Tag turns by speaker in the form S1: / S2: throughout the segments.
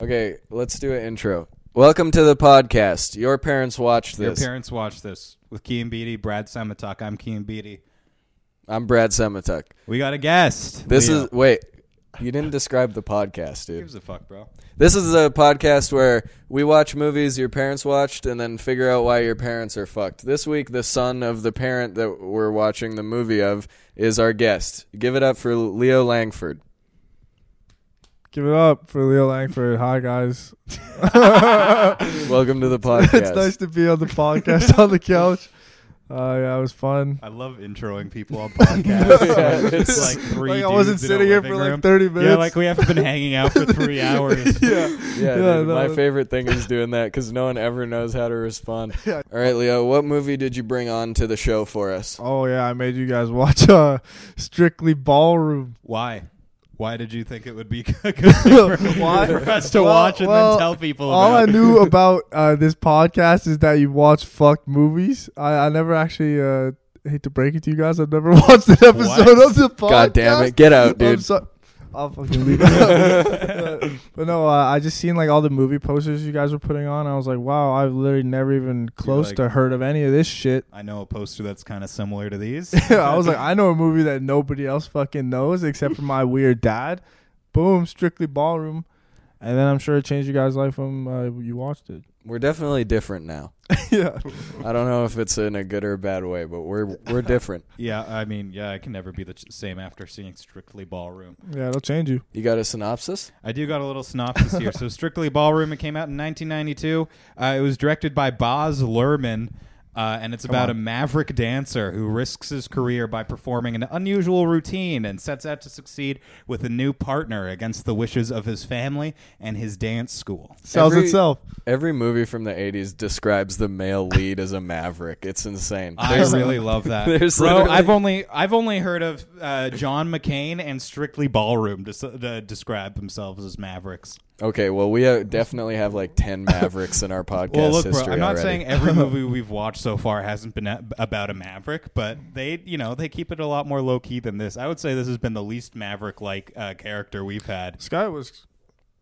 S1: Okay, let's do an intro. Welcome to the podcast. Your parents watched
S2: Your
S1: this.
S2: parents watch this with Key and Beatty, Brad Semitok. I'm Key and Beatty.
S1: I'm Brad Semituk.
S2: We got a guest.
S1: This
S2: Leo.
S1: is wait. You didn't describe the podcast,
S2: Who
S1: dude.
S2: gives a fuck, bro.
S1: This is a podcast where we watch movies your parents watched and then figure out why your parents are fucked. This week, the son of the parent that we're watching the movie of is our guest. Give it up for Leo Langford.
S3: Give it up for Leo Langford. Hi guys.
S1: Welcome to the podcast.
S3: it's nice to be on the podcast on the couch. Uh, yeah, it was fun.
S2: I love introing people on podcasts.
S1: Yeah,
S2: it's
S1: it's-
S2: like three.
S3: like I
S2: dudes
S3: wasn't
S2: in a
S3: sitting here
S2: living
S3: for like
S2: room.
S3: 30 minutes.
S2: Yeah, like we haven't been hanging out for three hours.
S3: yeah.
S1: Yeah,
S3: Yeah,
S1: dude,
S3: no,
S1: my
S3: that-
S1: favorite thing is doing that because no one ever knows how to respond.
S3: Yeah.
S1: All right, Leo, what movie did you bring on to the show for us?
S3: Oh yeah, I made you guys watch uh, Strictly Ballroom.
S2: Why? Why did you think it would be a good thing for,
S3: Why?
S2: for us to
S3: Well-
S2: watch and
S3: well,
S2: then tell people?
S3: All I
S2: about?
S3: knew about uh, this podcast is that you watch fucked movies. I, I never actually uh, hate to break it to you guys. I've never watched an episode
S2: What?
S3: of the podcast.
S1: God damn it, get out,
S3: I'm
S1: dude.
S3: so- I'll fucking leave it. Uh, but no, uh, I just seen like all the movie posters you guys were putting on. I was like, wow, I've literally never even close
S2: like-
S3: to heard of any of this shit.
S2: I know a poster that's kind of similar to these.
S3: I was like, I know a movie that nobody else fucking knows except for my weird dad. Boom, strictly ballroom. And then I'm sure it changed you guys' life when uh, you watched it.
S1: We're definitely different now.
S3: yeah.
S1: I don't know if it's in a good or bad way, but we're we're different.
S2: yeah, I mean, yeah, I can never be the ch- same after seeing Strictly Ballroom.
S3: Yeah, it'll change you.
S1: You got a synopsis?
S2: I do got a little synopsis here. So, Strictly Ballroom, it came out in 1992. Uh, it was directed by Boz Lerman, uh, and it's about a maverick dancer who risks his career by performing an unusual routine and sets out to succeed with a new partner against the wishes of his family and his dance school.
S3: Sells
S1: Every-
S3: itself.
S1: Every movie from the '80s describes the male lead as a maverick. It's insane.
S2: I
S1: There's-
S2: really love that.
S1: there's
S2: Bro,
S1: literally-
S2: I've only I've only heard of uh, John McCain and Strictly Ballroom to, s- to describe themselves as mavericks.
S1: okay, well, we uh, definitely have like ten mavericks in our podcast
S2: Well, look, bro.
S1: history.
S2: I'm not
S1: already.
S2: saying every movie we've watched so far hasn't been a- about a maverick, but they, you know, they keep it a lot more low key than this. I would say this has been the least maverick-like uh, character we've had.
S3: This guy was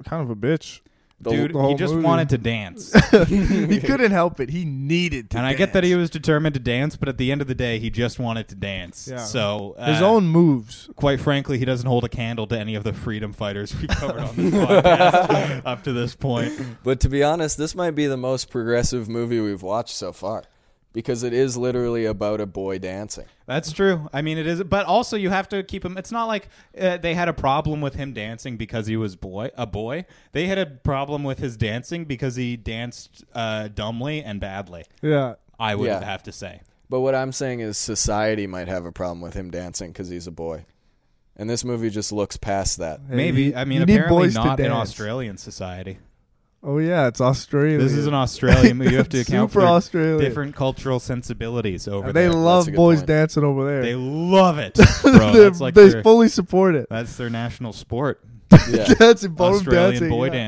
S3: kind of a bitch.
S1: The-
S2: Dude,
S3: the whole
S2: he just
S3: movie.
S2: wanted to dance,
S3: he couldn't help it. He needed to.
S2: and I get that he was determined to dance, but at the end of the day, he just wanted to dance.
S3: Yeah.
S2: So uh,
S3: His own moves.
S2: Quite frankly, he doesn't hold a candle to any of the freedom fighters we've covered on this podcast up to this point.
S1: But to be honest, this might be the most progressive movie we've watched so far because it is literally about a boy dancing.
S2: That's true. I mean, it is, but also you have to keep him. It's not like uh, they had a problem with him dancing because he was boy a boy. They had a problem with his dancing because he danced uh, dumbly and badly.
S3: Yeah.
S2: I would
S1: Yeah.
S2: have to say.
S1: But what I'm saying is society might have a problem with him dancing because he's a boy. And this movie just looks past that.
S3: Hey,
S2: Maybe
S3: you-
S2: I mean
S3: you need
S2: apparently
S3: boys to
S2: not in
S3: dance.
S2: Australian society.
S3: Oh yeah, it's Australia.
S2: This is an Australian movie. You have to account
S3: Super
S2: for
S3: Australian.
S2: different cultural sensibilities over
S3: They
S2: there.
S1: a
S3: love
S1: good
S3: boys
S1: point.
S3: dancing over there.
S2: they love it, bro.
S3: They're-
S2: that's like
S3: they
S2: their,
S3: fully support it.
S2: that's their national sport.
S1: Yeah,
S3: That's ballroom
S2: Australian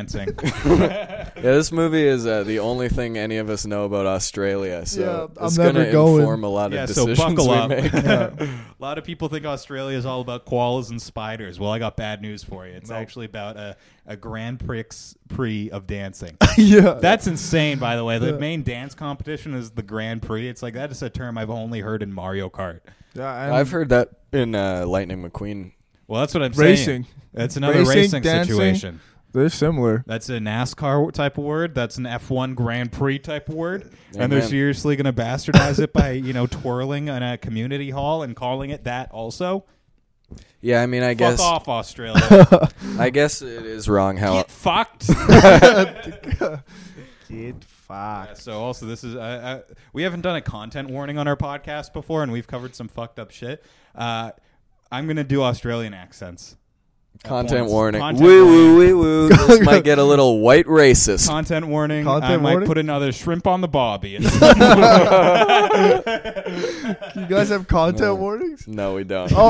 S3: dancing.
S2: boy
S3: yeah.
S2: dancing.
S1: yeah this movie is uh, the only thing any of us know about Australia. So
S3: Yeah, I'm
S1: it's
S3: never
S1: gonna
S3: going.
S1: inform a lot of decisions we make.
S2: a lot of people think Australia is all about koalas and spiders. Well, I got bad news for you. It's actually about a, a Grand Prix Prix of dancing.
S3: yeah,
S2: That's insane, by the way. The main dance competition is the Grand Prix. It's like that is a term I've only heard in Mario Kart.
S3: yeah, and
S1: I've heard that in uh, Lightning McQueen.
S2: Well, that's what I'm saying.
S3: Racing.
S2: That's another
S3: Racing,
S2: racing,
S3: dancing.
S2: situation.
S3: they're similar.
S2: That's a NASCAR type of word. That's an F1 Grand Prix type of word. And they're
S1: Amen.
S2: seriously going to bastardize it by, you know, twirling in a community hall and calling it that also.
S1: Yeah, I mean, I guess
S2: Fuck off, Australia.
S1: I guess it is wrong how
S2: Get fucked.
S3: Get fucked.
S2: so also, this is uh, uh, we haven't done a content warning on our podcast before, and we've covered some fucked up shit. Uh, I'm gonna do Australian accents. at
S1: content
S2: points.
S1: warning.
S2: Content
S1: woo
S2: warning.
S1: woo woo woo. This might get a little white racist.
S2: Content warning. I
S3: Content
S2: might
S3: warning?
S2: put another shrimp on the bobby.
S3: You guys have content
S1: No.
S3: warnings?
S1: No, we don't.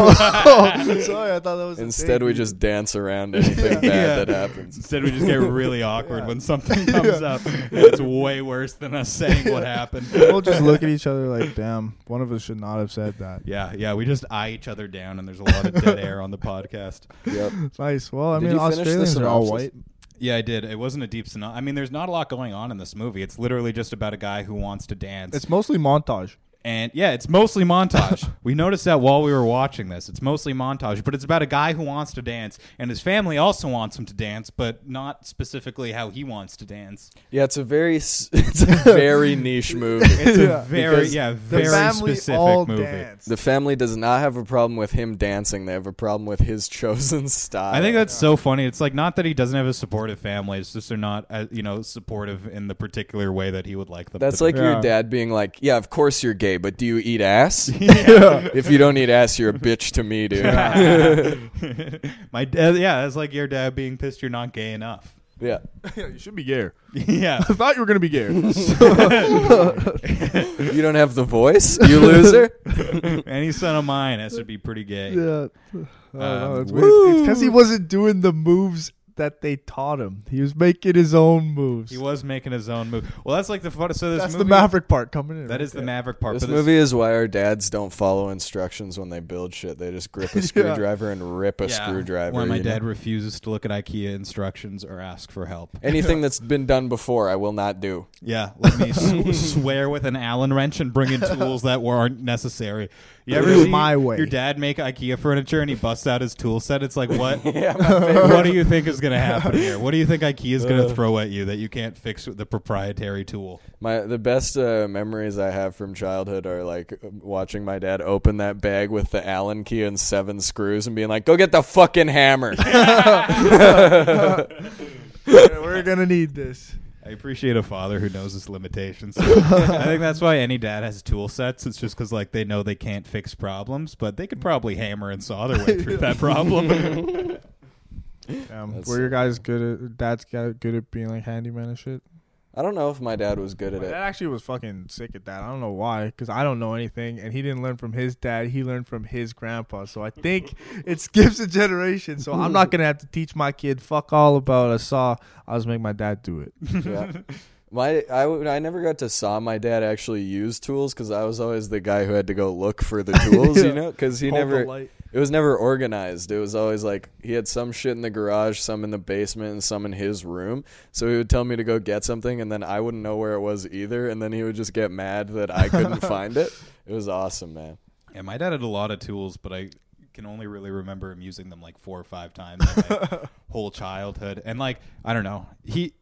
S3: Oh, sorry, I thought that was. a
S1: Instead,
S3: thing.
S1: we just dance around anything bad
S2: Yeah.
S1: that happens.
S2: Instead, we just get really awkward
S3: Yeah.
S2: when something comes up. And it's way worse than us saying what happened.
S3: We'll just look at each other like, damn, one of us should not have said that.
S2: Yeah, yeah, we just eye each other down, and there's a lot of dead air on the podcast.
S1: Yep.
S3: Nice. Well, I
S1: Did
S3: mean,
S1: you finish the
S3: Australians are all
S1: synopsis?
S3: white.
S2: Yeah, I did. It wasn't a deep synopsis. I mean, there's not a lot going on in this movie. It's literally just about a guy who wants to dance.
S3: It's mostly montage.
S2: and yeah, it's mostly montage. we noticed that while we were watching this. It's mostly montage, but it's about a guy who wants to dance, and his family also wants him to dance, but not specifically how he wants to dance.
S1: Yeah, it's a very s- it's a very niche movie.
S2: It's
S3: Yeah.
S2: a very
S1: Because
S2: yeah
S3: The
S2: very
S3: family
S2: specific
S3: all
S2: movie.
S3: dance.
S1: The family does not have a problem with him dancing. They have a problem with his chosen style.
S2: I think that's so funny. It's like not that he doesn't have a supportive family; it's just they're not, uh, you know, supportive in the particular way that he would like them.
S1: that's
S2: to be.
S1: like
S3: Yeah.
S1: your dad being like, "Yeah, of course you're gay, but do you eat ass?
S3: yeah.
S1: if you don't eat ass, you're a bitch to me, dude." yeah.
S2: my dad. Yeah, that's like your dad being pissed you're not gay enough.
S3: you should be gay.
S2: yeah.
S3: I thought you were gonna be gay.
S1: You don't have the voice, you loser.
S2: Any son of mine has to be pretty gay.
S3: Yeah. I don't know,
S2: Um,
S3: it's Oh, weird. It's because he wasn't doing the moves that they taught him. He was making his own moves.
S2: He was making his own move. Well, that's like the fun. So this
S3: That's
S2: movie,
S3: the Maverick part coming in.
S2: That is the Maverick part.
S1: This
S2: but
S1: movie is why our dads don't follow instructions when they build shit. They just grip a screwdriver and rip a
S2: yeah,
S1: screwdriver.
S2: Why my
S1: you know?
S2: dad refuses to look at IKEA instructions or ask for help.
S1: Anything that's been done before, I will not do.
S2: Yeah, let me s- swear with an Allen wrench and bring in tools that weren't necessary. You ever
S3: Do it
S2: see
S3: my way.
S2: your dad make IKEA furniture and he busts out his tool set? It's like what?
S1: Yeah, my favorite. Uh.
S2: what do you think is going to happen here? What do you think IKEA is going to throw at you that you can't fix with the proprietary tool?
S1: My the best uh, memories I have from childhood are like watching my dad open that bag with the Allen key and seven screws and being like, "Go get the fucking hammer."
S3: Yeah, We're gonna need this.
S2: I appreciate a father who knows his limitations. I think that's why any dad has tool sets. It's just because like they know they can't fix problems, but they could probably hammer and saw their way through that problem.
S3: Um,
S1: That's-
S3: were your guys good at? Dad's got good at being like handyman and shit.
S1: I don't know if my dad was good at
S3: That
S1: it.
S3: actually was fucking sick at that. I don't know why, because I don't know anything, and he didn't learn from his dad. He learned from his grandpa. So I think it skips a generation. So I'm not gonna have to teach my kid fuck all about a saw. I'll just make my dad do it.
S1: Yeah. My I, w- I never got to saw my dad actually use tools because I was always the guy who had to go look for the tools, you know, because he
S3: Hold the
S1: never
S3: light.
S1: it was never organized. It was always like he had some shit in the garage, some in the basement, and some in his room. So he would tell me to go get something, and then I wouldn't know where it was either, and then he would just get mad that I couldn't find it. It was awesome, man.
S2: yeah, my dad had a lot of tools, but I can only really remember him using them like four or five times in my whole childhood. And like I don't know, he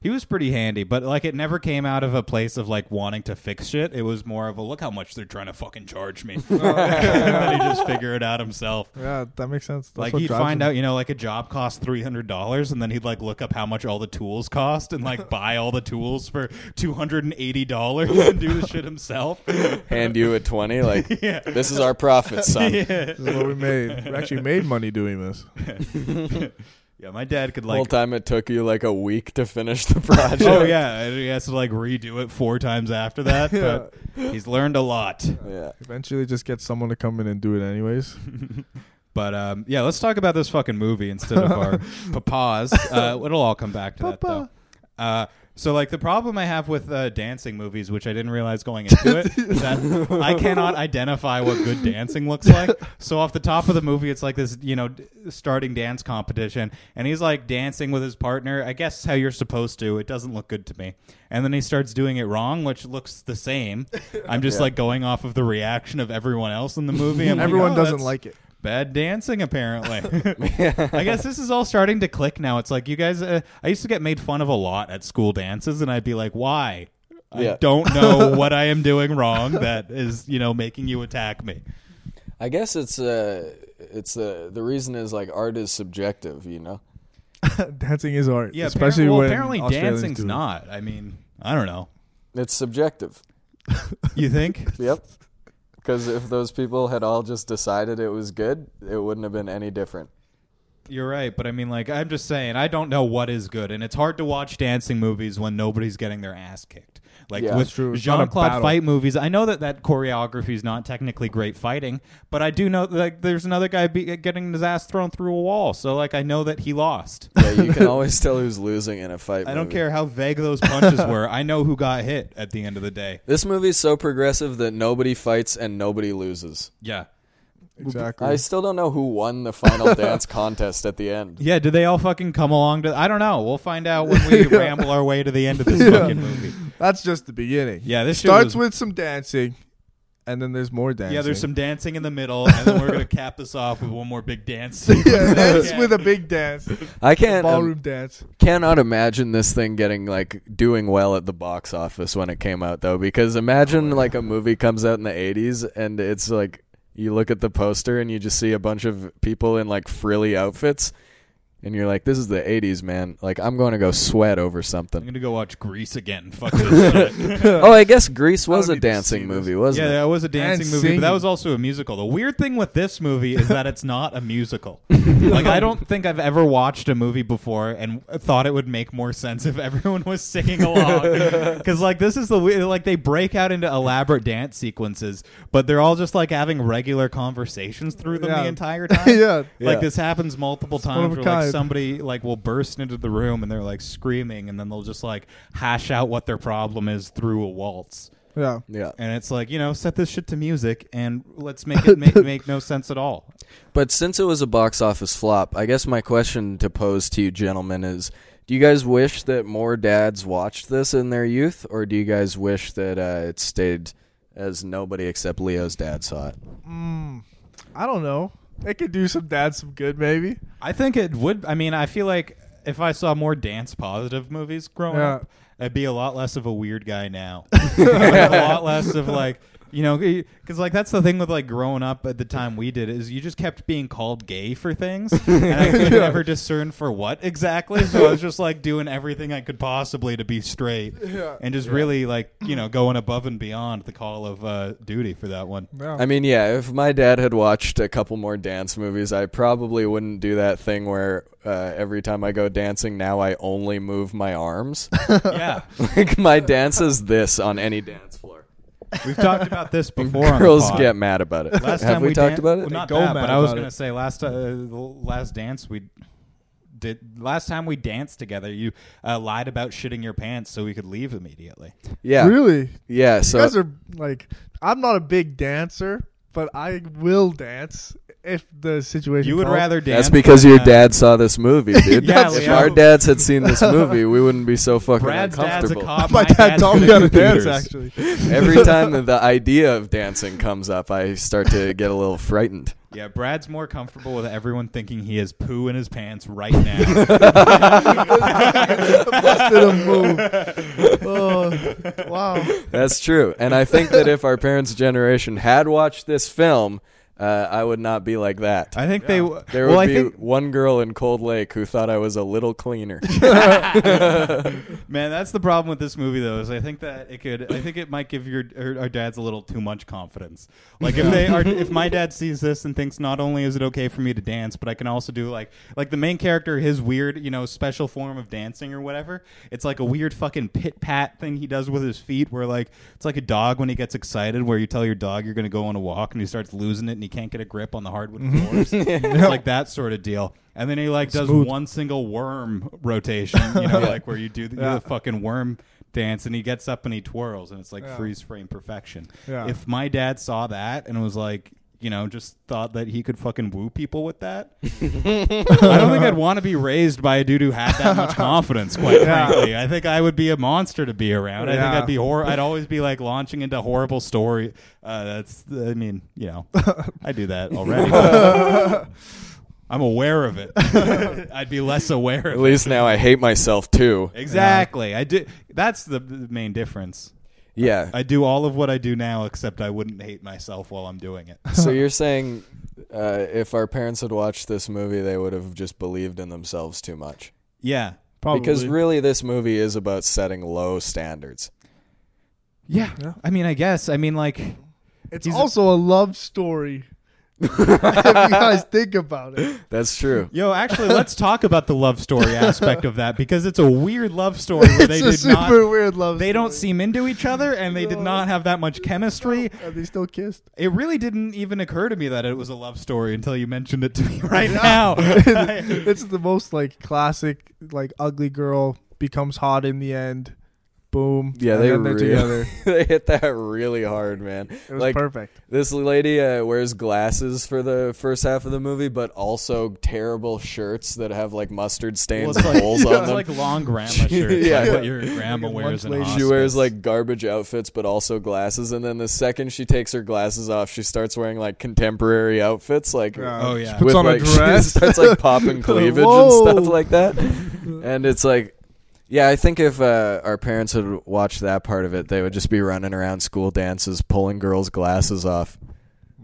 S2: he was pretty handy, but like it never came out of a place of like wanting to fix shit. It was more of a look how much they're trying to fucking charge me.
S3: Oh.
S2: Let me just figure it out himself.
S3: Yeah, that makes sense. That's
S2: like
S3: what
S2: he'd
S3: drives
S2: find
S3: him.
S2: out, you know, like a job costs three hundred dollars, and then he'd like look up how much all the tools cost, and like buy all the tools for two hundred and eighty dollars, and do the shit himself.
S1: Hand you a twenty, like
S2: Yeah.
S1: this is our profit, son.
S2: yeah.
S3: This is what we made. We actually made money doing this.
S2: yeah, my dad could
S1: The whole
S2: like,
S1: time it took you like a week to finish the project.
S2: oh yeah, and he has to like redo it four times after that,
S3: Yeah.
S2: but he's learned a lot.
S1: yeah.
S3: Eventually, just get someone to come in and do it anyways.
S2: But um, yeah, let's talk about this fucking movie instead of our papas. Uh, it'll all come back to
S3: Papa.
S2: that though. Uh, so like the problem I have with uh, dancing movies, which I didn't realize going into it, is that I cannot identify what good dancing looks like. So off the top of the movie, it's like this, you know, d- starting dance competition, and he's like dancing with his partner. I guess how you're supposed to. It doesn't look good to me. And then he starts doing it wrong, which looks the same. I'm just
S1: Yeah.
S2: like going off of the reaction of everyone else in the movie. I'm like,
S3: Everyone
S2: "Oh,
S3: doesn't
S2: that's-
S3: like it.
S2: bad dancing apparently i guess this is all starting to click now it's like you guys uh, i used to get made fun of a lot at school dances and i'd be like why i
S1: Yeah.
S2: don't know what i am doing wrong that is you know making you attack me
S1: I guess it's uh it's uh, the reason is like art is subjective, you know.
S3: Dancing is art,
S2: yeah
S3: especially
S2: apparently, well,
S3: when
S2: apparently
S3: Australians
S2: dancing's
S3: do it.
S2: not i mean i don't know
S1: It's subjective.
S2: you think
S1: Yep. Because if those people had all just decided it was good, it wouldn't have been any different.
S2: you're right but i mean like i'm just saying i don't know what is good and it's hard to watch dancing movies when nobody's getting their ass kicked like
S1: Yeah.
S2: with
S1: That's
S3: true. It's not a
S2: jean-claude
S3: battle.
S2: fight fight movies. I know that that choreography is not technically great fighting, but I do know like there's another guy be- getting his ass thrown through a wall. So like I know that he lost.
S1: Yeah, you can always tell who's losing in a fight.
S2: I don't
S1: movie.
S2: care how vague those punches were. I know who got hit at the end of the day.
S1: This movie's so progressive that nobody fights and nobody loses.
S2: Yeah.
S3: Exactly.
S1: I still don't know who won the final dance contest at the end.
S2: Yeah, do they all fucking come along to? I don't know. We'll find out when we ramble our way to the end of this
S3: Yeah.
S2: fucking movie.
S3: That's just the beginning.
S2: Yeah, this shit
S3: starts
S2: was-
S3: with some dancing, and then there's more dancing.
S2: Yeah, there's some dancing in the middle, and then we're gonna cap this off with one more big dance.
S3: Yeah, it ends
S2: Yeah.
S3: with a big dance,
S1: I can't
S3: ballroom dance.
S1: cannot imagine this thing getting like doing well at the box office when it came out though because imagine like a movie comes out in the 80s and it's like you look at the poster and you just see a bunch of people in like frilly outfits and you're like this is the 80s man like I'm going to go sweat over
S2: I'm
S1: something.
S2: gonna go watch Grease again. Fuck this shit.
S1: oh, I guess Grease was
S3: don't
S1: a
S3: need to
S1: dancing
S3: see
S1: movie,
S3: this.
S1: wasn't
S2: Yeah,
S1: it?
S2: that was a dancing
S3: And
S2: movie, but that
S3: singing.
S2: was also a musical. The weird thing with this movie is that it's not a musical. like I don't think I've ever watched a movie before and thought it would make more sense if everyone was singing along. Because like this is the weird, like they break out into elaborate dance sequences, but they're all just like having regular conversations through them the
S3: Yeah.
S2: entire time.
S3: Yeah.
S1: Yeah.
S2: Like this happens multiple
S3: one of
S2: times
S3: a
S2: where like
S3: kind.
S2: somebody like will burst into the room and they're like screaming and then they'll just like hash out what their problem is through a waltz
S3: Yeah.
S1: Yeah.
S2: and it's like you know set this shit to music and let's make it make, make no sense at all
S1: But since it was a box office flop, I guess my question to pose to you gentlemen is do you guys wish that more dads watched this in their youth, or do you guys wish that uh, it stayed as nobody except Leo's dad saw it?
S3: Mm, I don't know. They could do some dance some good, maybe.
S2: i think it would i mean i feel like if i saw more dance positive movies growing
S3: Yeah.
S2: up i'd be a lot less of a weird guy now Like, a lot less of like you know because like that's the thing with like growing up at the time we did is you just kept being called gay for things and i could never discern for what exactly so i was just like doing everything i could possibly to be straight
S3: Yeah.
S2: and just really like you know going above and beyond the call of uh, duty for that one.
S3: Yeah.
S1: I mean, yeah, if my dad had watched a couple more dance movies, I probably wouldn't do that thing where uh, every time I go dancing now I only move my arms.
S2: yeah,
S1: like, my dance is this on any dance floor.
S2: we've talked about this before. on the
S1: Girls
S2: pod.
S1: get mad about it.
S2: Last
S1: Have
S2: time
S1: we, talked
S2: dan-
S1: about
S2: Well,
S1: it?
S2: not
S3: They go
S2: that,
S3: mad
S2: but I was
S3: about
S2: gonna
S3: it.
S2: say last uh, the last dance we did last time we danced together. You uh, lied about shitting your pants so we could leave immediately.
S1: yeah.
S3: Really?
S1: Yeah, so
S3: you guys are like, I'm not a big dancer, but I will dance if the situation.
S2: You would
S3: calls.
S2: rather dance.
S1: That's because
S2: than,
S1: your
S2: uh,
S1: dad saw this movie, dude.
S2: Yeah,
S1: if
S2: Leo.
S1: our dads had seen this movie, we wouldn't be so fucking
S2: Brad's dad's a
S1: uncomfortable.
S2: cop.
S3: My dad taught me how to dance. Actually,
S1: Every time that the idea of dancing comes up, I start to get a little frightened.
S2: Yeah, Brad's more comfortable with everyone thinking he has poo in his pants right now.
S3: Busted a move. Oh, wow.
S1: That's true. And I think that if our parents' generation had watched this film, uh, I would not be like that.
S2: I think they. w-
S1: there would
S2: well, I
S1: be
S2: think
S1: one girl in Cold Lake who thought I was a little cleaner.
S2: Man, that's the problem with this movie, though. Is I think that it could, I think it might give your our, our dads a little too much confidence. Like if they are, if my dad sees this and thinks not only is it okay for me to dance, but I can also do like like the main character, his weird, you know, special form of dancing or whatever. It's like a weird fucking pit pat thing he does with his feet, where like it's like a dog when he gets excited, where you tell your dog you're going to go on a walk and he starts losing it and he can't get a grip on the hardwood floors. It's like that sort of deal. And then he like does one single worm rotation, you know, like where you do the,
S3: Yeah.
S2: the fucking worm dance and he gets up and he twirls and it's like
S3: Yeah.
S2: freeze frame perfection.
S3: Yeah.
S2: If my dad saw that and was like, you know, just thought that he could fucking woo people with that. I don't think I'd want to be raised by a dude who had that much confidence, quite
S3: Yeah.
S2: frankly. I think I would be a monster to be around. I
S3: Yeah.
S2: think I'd be hor- I'd always be like launching into horrible story. Uh, that's I mean, you know, I do that already. I'm aware of it. I'd be less aware
S1: At
S2: of it.
S1: least now I hate myself too.
S2: Exactly. I do. That's the the main difference.
S1: Yeah.
S2: I do all of what I do now, except I wouldn't hate myself while I'm doing it.
S1: So you're saying uh, if our parents had watched this movie, they would have just believed in themselves too much.
S2: Yeah.
S3: Probably.
S1: Because really, this movie is about setting low standards.
S2: Yeah.
S3: Yeah.
S2: I mean, I guess. I mean, like,
S3: it's
S2: he's a-
S3: also a love story. if you guys think about it,
S1: That's true.
S2: yo, actually, let's talk about the love story aspect of that because it's a weird love story where they
S3: it's a
S2: did
S3: super
S2: not.
S3: weird love.
S2: They don't
S3: story.
S2: seem into each other, and they did
S3: No.
S2: not have that much chemistry.
S3: Are they still kissed?
S2: It really didn't even occur to me that it was a love story until you mentioned it to me right
S3: Yeah.
S2: now.
S3: it's the most like classic, like ugly girl becomes hot in the end. boom.
S1: Yeah,
S3: and
S1: they
S3: then they're
S1: really-
S3: together.
S1: they hit that really hard, man.
S3: It was
S1: like
S3: perfect.
S1: this lady uh, wears glasses for the first half of the movie, but also terrible shirts that have like mustard
S2: Well,
S1: stains
S2: it's like,
S1: and holes
S2: it's
S1: on them.
S2: like long grandma shirts,
S1: Yeah.
S2: like what your grandma
S3: Like a
S2: wears. In
S3: lunch lady.
S1: she
S2: hospice.
S1: wears like garbage outfits, but also glasses. And then the second she takes her glasses off, she starts wearing like contemporary outfits, like
S2: Oh, yeah.
S3: She puts
S1: with,
S3: on
S1: like,
S3: a
S1: she
S3: dress.
S1: starts like popping cleavage and
S3: Whoa.
S1: stuff like that. And it's like, yeah, I think if uh, our parents had watched that part of it, they would just be running around school dances, pulling girls' glasses off.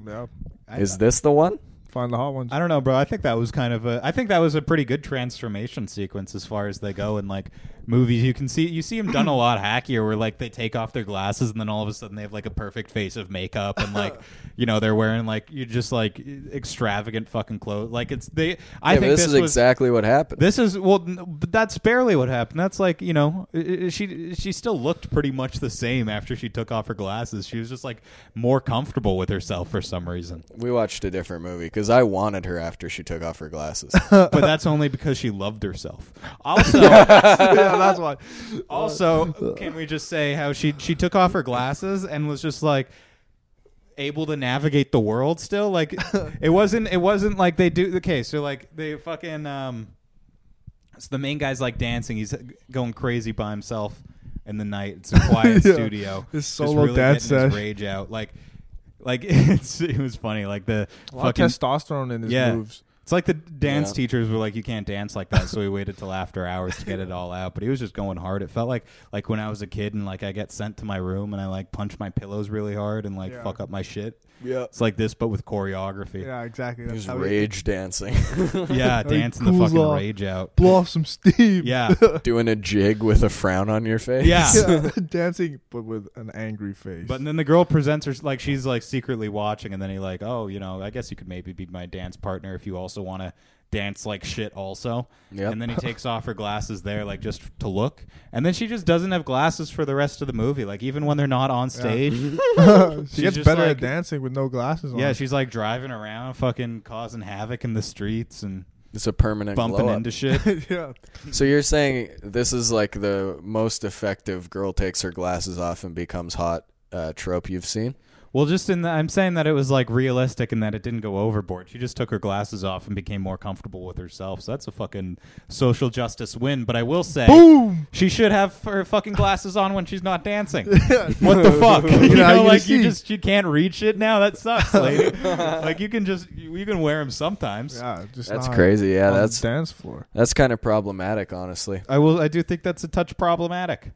S3: yeah.
S2: I-
S1: Is this the one?
S3: Find the hot ones.
S2: I don't know, bro. I think that was kind of a. I think that was a pretty good transformation sequence as far as they go in like movies. You can see you see them done a lot hackier, where like they take off their glasses and then all of a sudden they have like a perfect face of makeup and like you know they're wearing like you just like extravagant fucking clothes. Like it's they. I
S1: yeah, but
S2: think
S1: this,
S2: this,
S1: is
S2: was,
S1: exactly what happened.
S2: This is well, n- but that's barely what happened. That's like you know, i- i- she she still looked pretty much the same after she took off her glasses. She was just like more comfortable with herself for some reason.
S1: we watched a different movie because I wanted her after she took off her glasses.
S2: but that's only because she loved herself. Also,
S3: yeah, that's why.
S2: also, can we just say how she she took off her glasses and was just like able to navigate the world still? Like it wasn't it wasn't like they do okay, so like they fucking um so the main guy's like dancing, he's going crazy by himself in the night. It's a quiet
S3: Yeah.
S2: studio.
S3: His
S2: Just
S3: solo
S2: really
S3: dance
S2: getting his
S3: sesh.
S2: rage out. Like like it's it was funny. Like the
S3: A lot of
S2: fucking
S3: testosterone in his
S2: Yeah.
S3: moves.
S2: It's like the dance
S1: Yeah.
S2: teachers were like, "You can't dance like that," so we waited till after hours to get it all out. But he was just going hard. It felt like like when I was a kid and like I get sent to my room and I like punch my pillows really hard and like
S3: Yeah.
S2: fuck up my shit.
S1: yeah.
S2: It's like this, but with choreography.
S3: Yeah, exactly.
S1: He was
S3: how
S1: rage dancing,
S2: Yeah,
S3: Or he
S2: dancing the
S3: cools
S2: fucking
S3: off.
S2: rage out.
S3: Blow off some steam.
S2: Yeah,
S1: doing a jig with a frown on your face.
S2: yeah.
S3: Yeah, dancing, but with an angry face.
S2: But then the girl presents her like she's like secretly watching, and then he like, oh, you know, I guess you could maybe be my dance partner if you also want to dance like shit, also.
S1: Yep.
S2: And then he takes off her glasses there, like just to look, and then she just doesn't have glasses for the rest of the movie. Like even when they're not on stage,
S3: she
S2: she's
S3: gets
S2: just
S3: better
S2: like-
S3: at dancing with no glasses on.
S2: yeah, she's like driving around, fucking causing havoc in the streets and
S1: It's a permanent
S2: bumping
S1: glow up.
S2: into shit.
S3: yeah.
S1: So you're saying this is like the most effective girl takes her glasses off and becomes hot uh, trope you've seen?
S2: Well, just in the, I'm saying that it was like realistic and that it didn't go overboard. She just took her glasses off and became more comfortable with herself. So that's a fucking social justice win. But I will say,
S3: Boom.
S2: she should have her fucking glasses on when she's not dancing. what the fuck?
S3: You're
S2: you
S3: not
S2: know,
S3: gonna
S2: like you
S3: see.
S2: just you can't read shit now. That sucks, lady. like you can just you, you can wear them sometimes.
S3: Yeah, just
S1: That's
S3: not
S1: crazy. Yeah,
S3: on the
S1: that's
S3: dance floor.
S1: that's kind of problematic, honestly.
S2: I will. I do think that's a touch problematic.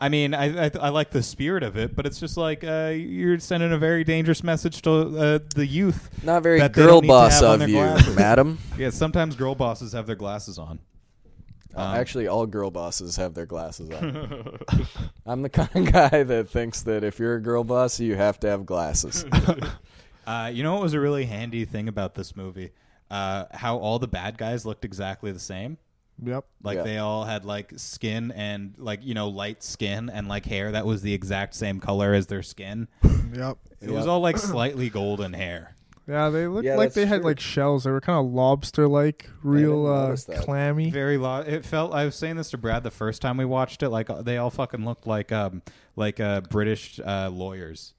S2: I mean, I, I I like the spirit of it, but it's just like uh, you're sending a very dangerous message to uh, the youth.
S1: Not very
S2: That they
S1: girl
S2: don't need to
S1: boss
S2: have on
S1: of
S2: their
S1: you,
S2: glasses.
S1: madam.
S2: Yeah, sometimes girl bosses have their glasses on. Um,
S1: Actually, all girl bosses have their glasses on. I'm the kind of guy that thinks that if you're a girl boss, you have to have glasses.
S2: Uh, you know what was a really handy thing about this movie? Uh, how all the bad guys looked exactly the same.
S3: Yep.
S2: Like
S1: Yeah.
S2: they all had like skin and like you know light skin and like hair that was the exact same color as their skin.
S3: Yep.
S2: It was all like slightly golden hair.
S3: Yeah, they looked
S1: Yeah,
S3: like they
S1: that's
S3: had
S1: true.
S3: like shells. They were kind of lobster like, real
S1: didn't
S3: uh,
S1: notice that.
S3: clammy.
S2: Very lo- it felt I was saying this to Brad the first time we watched it like uh, they all fucking looked like um like uh British uh lawyers.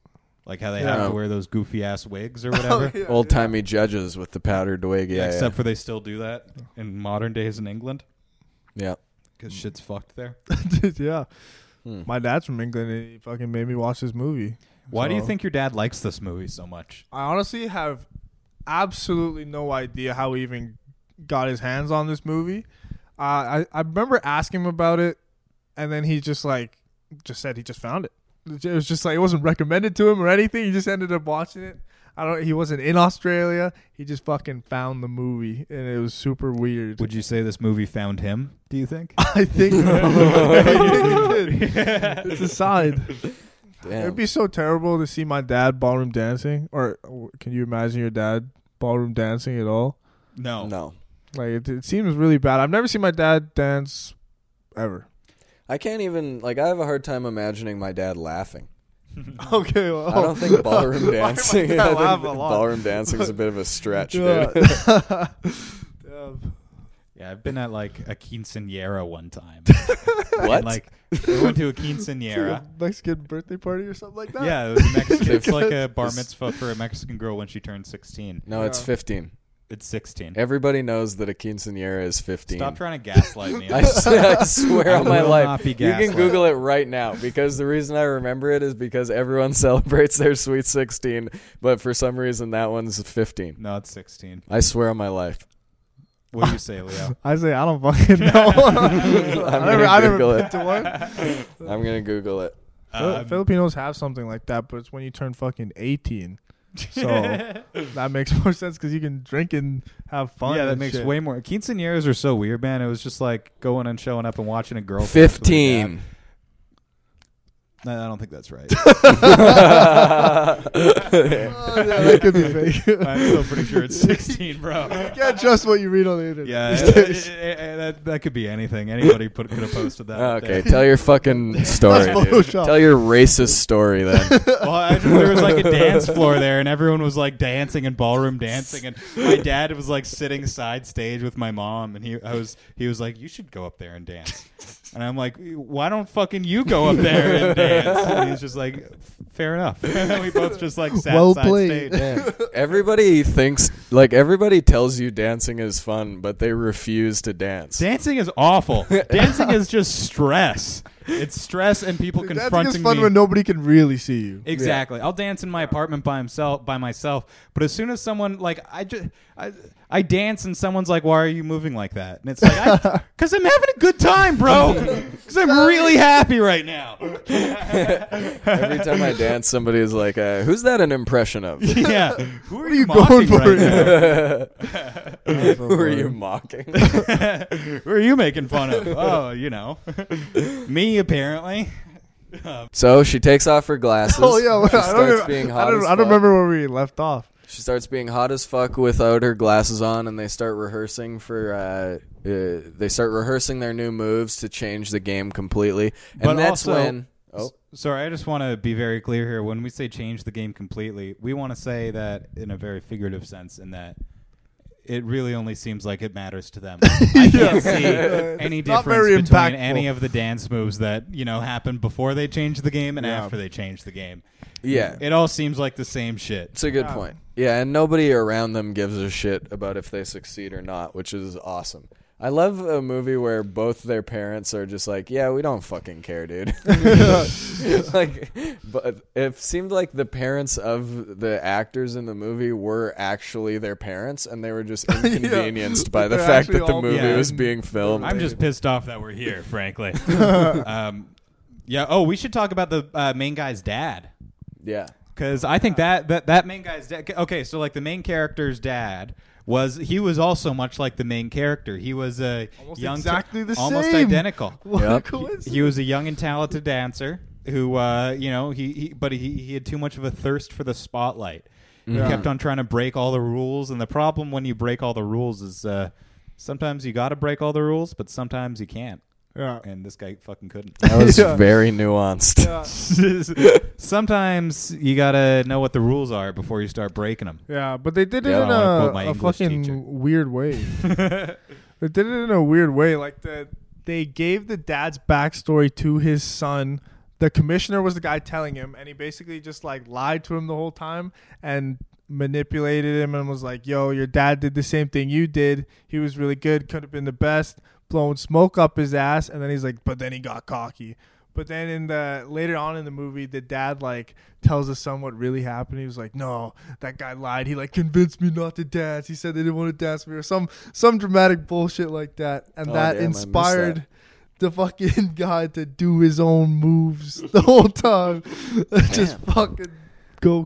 S2: Like how they have
S1: Yeah.
S2: to wear those goofy ass wigs or
S3: Oh,
S2: whatever.
S1: Old timey judges with the powdered wig. Yeah, yeah.
S2: Except for they still do that in modern days in England
S1: yeah. Mm.
S2: because shit's fucked there.
S3: yeah.
S1: Hmm.
S3: My dad's from England and he fucking made me watch this movie.
S2: Why do you
S3: So-
S2: think your dad likes this movie so much?
S3: I honestly have absolutely no idea how he even got his hands on this movie. Uh, I I remember asking him about it, and then he just like just said he just found it. It was just like it wasn't recommended to him or anything. He just ended up watching it. I don't. He wasn't in Australia. He just fucking found the movie, and it was super weird.
S2: Would you say this movie found him? Do you think?
S3: I think it's a side. It'd
S1: Damn.
S3: be so terrible to see my dad ballroom dancing, or or can you imagine your dad ballroom dancing at all?
S2: No.
S1: No.
S3: Like it, it seems really bad. I've never seen my dad dance ever.
S1: I can't even like I have a hard time imagining my dad laughing.
S3: Okay, well,
S1: I don't think ballroom dancing. I think
S3: laugh a lot?
S1: ballroom dancing is a bit of a stretch,
S3: Yeah.
S1: dude.
S3: Damn.
S2: Yeah, I've been at like a quinceanera one time,
S1: What?
S2: And, like we went to a quinceanera.
S3: Mexican birthday party or something like that.
S2: Yeah, it was a Mexican, it's like a bar
S1: Because-
S2: mitzvah for a Mexican girl when she turned 16.
S1: no, it's
S3: Yeah.
S1: 15.
S2: It's 16.
S1: Everybody knows that a quinceanera is 15.
S2: Stop trying to gaslight me.
S1: I, s- I swear
S2: I
S1: on my
S2: will
S1: life.
S2: not be
S1: You can
S2: gaslit.
S1: Google it right now because the reason I remember it is because everyone celebrates their sweet 16, but for some reason that one's 15.
S2: no, it's 16.
S1: I swear on my life.
S2: What do you say, Leo?
S3: I say I don't fucking know.
S1: gonna
S3: I never, I never
S1: Google
S3: been
S1: it.
S3: to one.
S1: I'm going to Google it.
S3: Fili-
S2: Um,
S3: Filipinos have something like that, but it's when you turn fucking eighteen. So that makes more sense because you can drink and have fun.
S2: yeah, that
S3: and
S2: makes
S3: shit.
S2: way more. Quinceañeras are so weird, man. It was just like going and showing up and watching a girl. dance with her
S1: 15.
S2: dad. No, I don't think that's right.
S3: Oh, yeah, that could be fake.
S2: I'm still pretty sure it's 16, bro.
S3: you can't trust what you read on the internet.
S2: Yeah,
S3: these
S2: it-
S3: days.
S2: it- it- it- that, that could be anything. Anybody put, could have posted that. up
S1: okay,
S2: there.
S1: tell your fucking story.
S3: That's
S1: dude.
S3: Photoshop.
S1: Tell your racist story then.
S2: Well, I just, there was like a dance floor there, and everyone was like dancing and ballroom dancing, and my dad was like sitting side stage with my mom, and he I was he was like, "You should go up there and dance," and I'm like, "Why don't fucking you go up there and dance?" And he's just like, "Fair enough." And then we both just like sat
S3: Well
S2: side
S3: played.
S2: stage.
S1: everybody thinks like everybody tells you dancing is fun, but they refuse to dance.
S2: Dancing is awful. Dancing is just stress. It's stress and people
S3: Dude, That
S2: confronting
S3: is fun
S2: me.
S3: when nobody can really see you.
S2: Exactly. I'll dance in my apartment by himself by myself. But as soon as someone like I just I, I dance and someone's like, "Why are you moving like that?" And it's like, "Because I'm having a good time, bro. Because I'm really happy right now."
S1: Every time I dance, somebody is like, uh, "Who's that an impression of?
S2: yeah. Who are,
S3: are
S2: you
S3: you going
S2: mocking right now?
S1: Who are you mocking?"
S2: Who are you making fun of? Oh, you know, me apparently.
S1: so she takes off her glasses.
S3: Oh yeah, well,
S1: she
S3: I
S1: starts
S3: don't, remember,
S1: being
S3: I
S1: hot.
S3: don't,
S1: as
S3: I don't
S1: fuck.
S3: remember where we left off.
S1: She starts being hot as fuck without her glasses on, and they start rehearsing for. Uh, uh, they start rehearsing their new moves to change the game completely, and
S2: But
S1: that's
S2: also-
S1: when. Oh,
S2: Sorry, I just want to be very clear here. When we say change the game completely, we want to say that in a very figurative sense, in that it really only seems like it matters to them. I
S3: Yeah.
S2: can't see any
S3: Not
S2: difference
S3: very
S2: between
S3: impactful.
S2: any of the dance moves that you know happened before they changed the game and
S3: Yeah.
S2: after they changed the game.
S1: yeah,
S2: It all seems like the same shit.
S1: it's a good point. Yeah, and nobody around them gives a shit about if they succeed or not, which is awesome. I love a movie where both their parents are just like, "Yeah, we don't fucking care, dude." like, but it seemed like the parents of the actors in the movie were actually their parents, and they were just inconvenienced by the
S3: They're
S1: fact that
S3: actually
S1: the
S3: all-
S1: movie
S2: Yeah.
S1: was being filmed.
S2: I'm just pissed off that we're here, frankly. um, yeah. Oh, we should talk about the uh, main guy's dad.
S1: yeah,
S2: Because I think that, that that main guy's dad. Okay, so like the main character's dad was he was also much like the main character. He was a
S3: Almost
S2: young,
S3: exactly the
S2: almost
S3: same.
S2: identical.
S3: What a
S1: Yep.
S3: coincidence.
S2: He was a young and talented dancer who, uh, you know, he, he but he, he had too much of a thirst for the spotlight.
S3: Yeah.
S2: He kept on trying to break all the rules, and the problem when you break all the rules is uh, sometimes you got to break all the rules, but sometimes you can't.
S3: Yeah.
S2: And this guy fucking couldn't.
S1: that was
S3: Yeah.
S1: very nuanced.
S3: Yeah.
S2: Sometimes you gotta know what the rules are before you start breaking them.
S3: Yeah, but they did it
S2: Yeah, I
S3: in
S2: wanna quote my
S3: a, a
S2: English
S3: fucking
S2: teacher.
S3: weird way. they did it in a weird way. Like the they gave the dad's backstory to his son. The commissioner was the guy telling him, and he basically just like lied to him the whole time and manipulated him and was like, "Yo, your dad did the same thing you did. He was really good. Could have been the best." Blowing smoke up his ass, and then he's like, "But then he got cocky." But then in the later on in the movie, the dad like tells his son what really happened. He was like, "No, that guy lied. He like convinced me not to dance. He said they didn't want to dance with me or some some dramatic bullshit like that." And
S1: Oh,
S3: that
S1: damn, I missed
S3: inspired
S1: that.
S3: the fucking guy to do his own moves the whole time. Just fucking go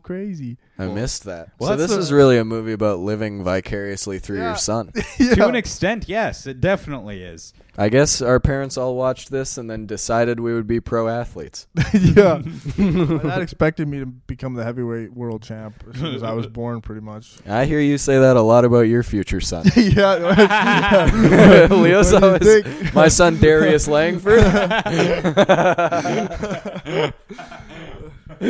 S3: crazy.
S1: I missed that.
S2: Well,
S1: so
S2: that's
S1: this
S2: the-
S1: is really a movie about living vicariously through
S3: Yeah.
S1: your son.
S3: Yeah.
S2: To an extent, yes, it definitely is.
S1: I guess our parents all watched this and then decided we would be pro athletes.
S3: yeah. My dad expected me to become the heavyweight world champ as soon as I was born, pretty much.
S1: I hear you say that a lot about your future son.
S3: yeah.
S1: Leo's
S3: What do you
S1: always,
S3: think?
S1: my son Darius Langford.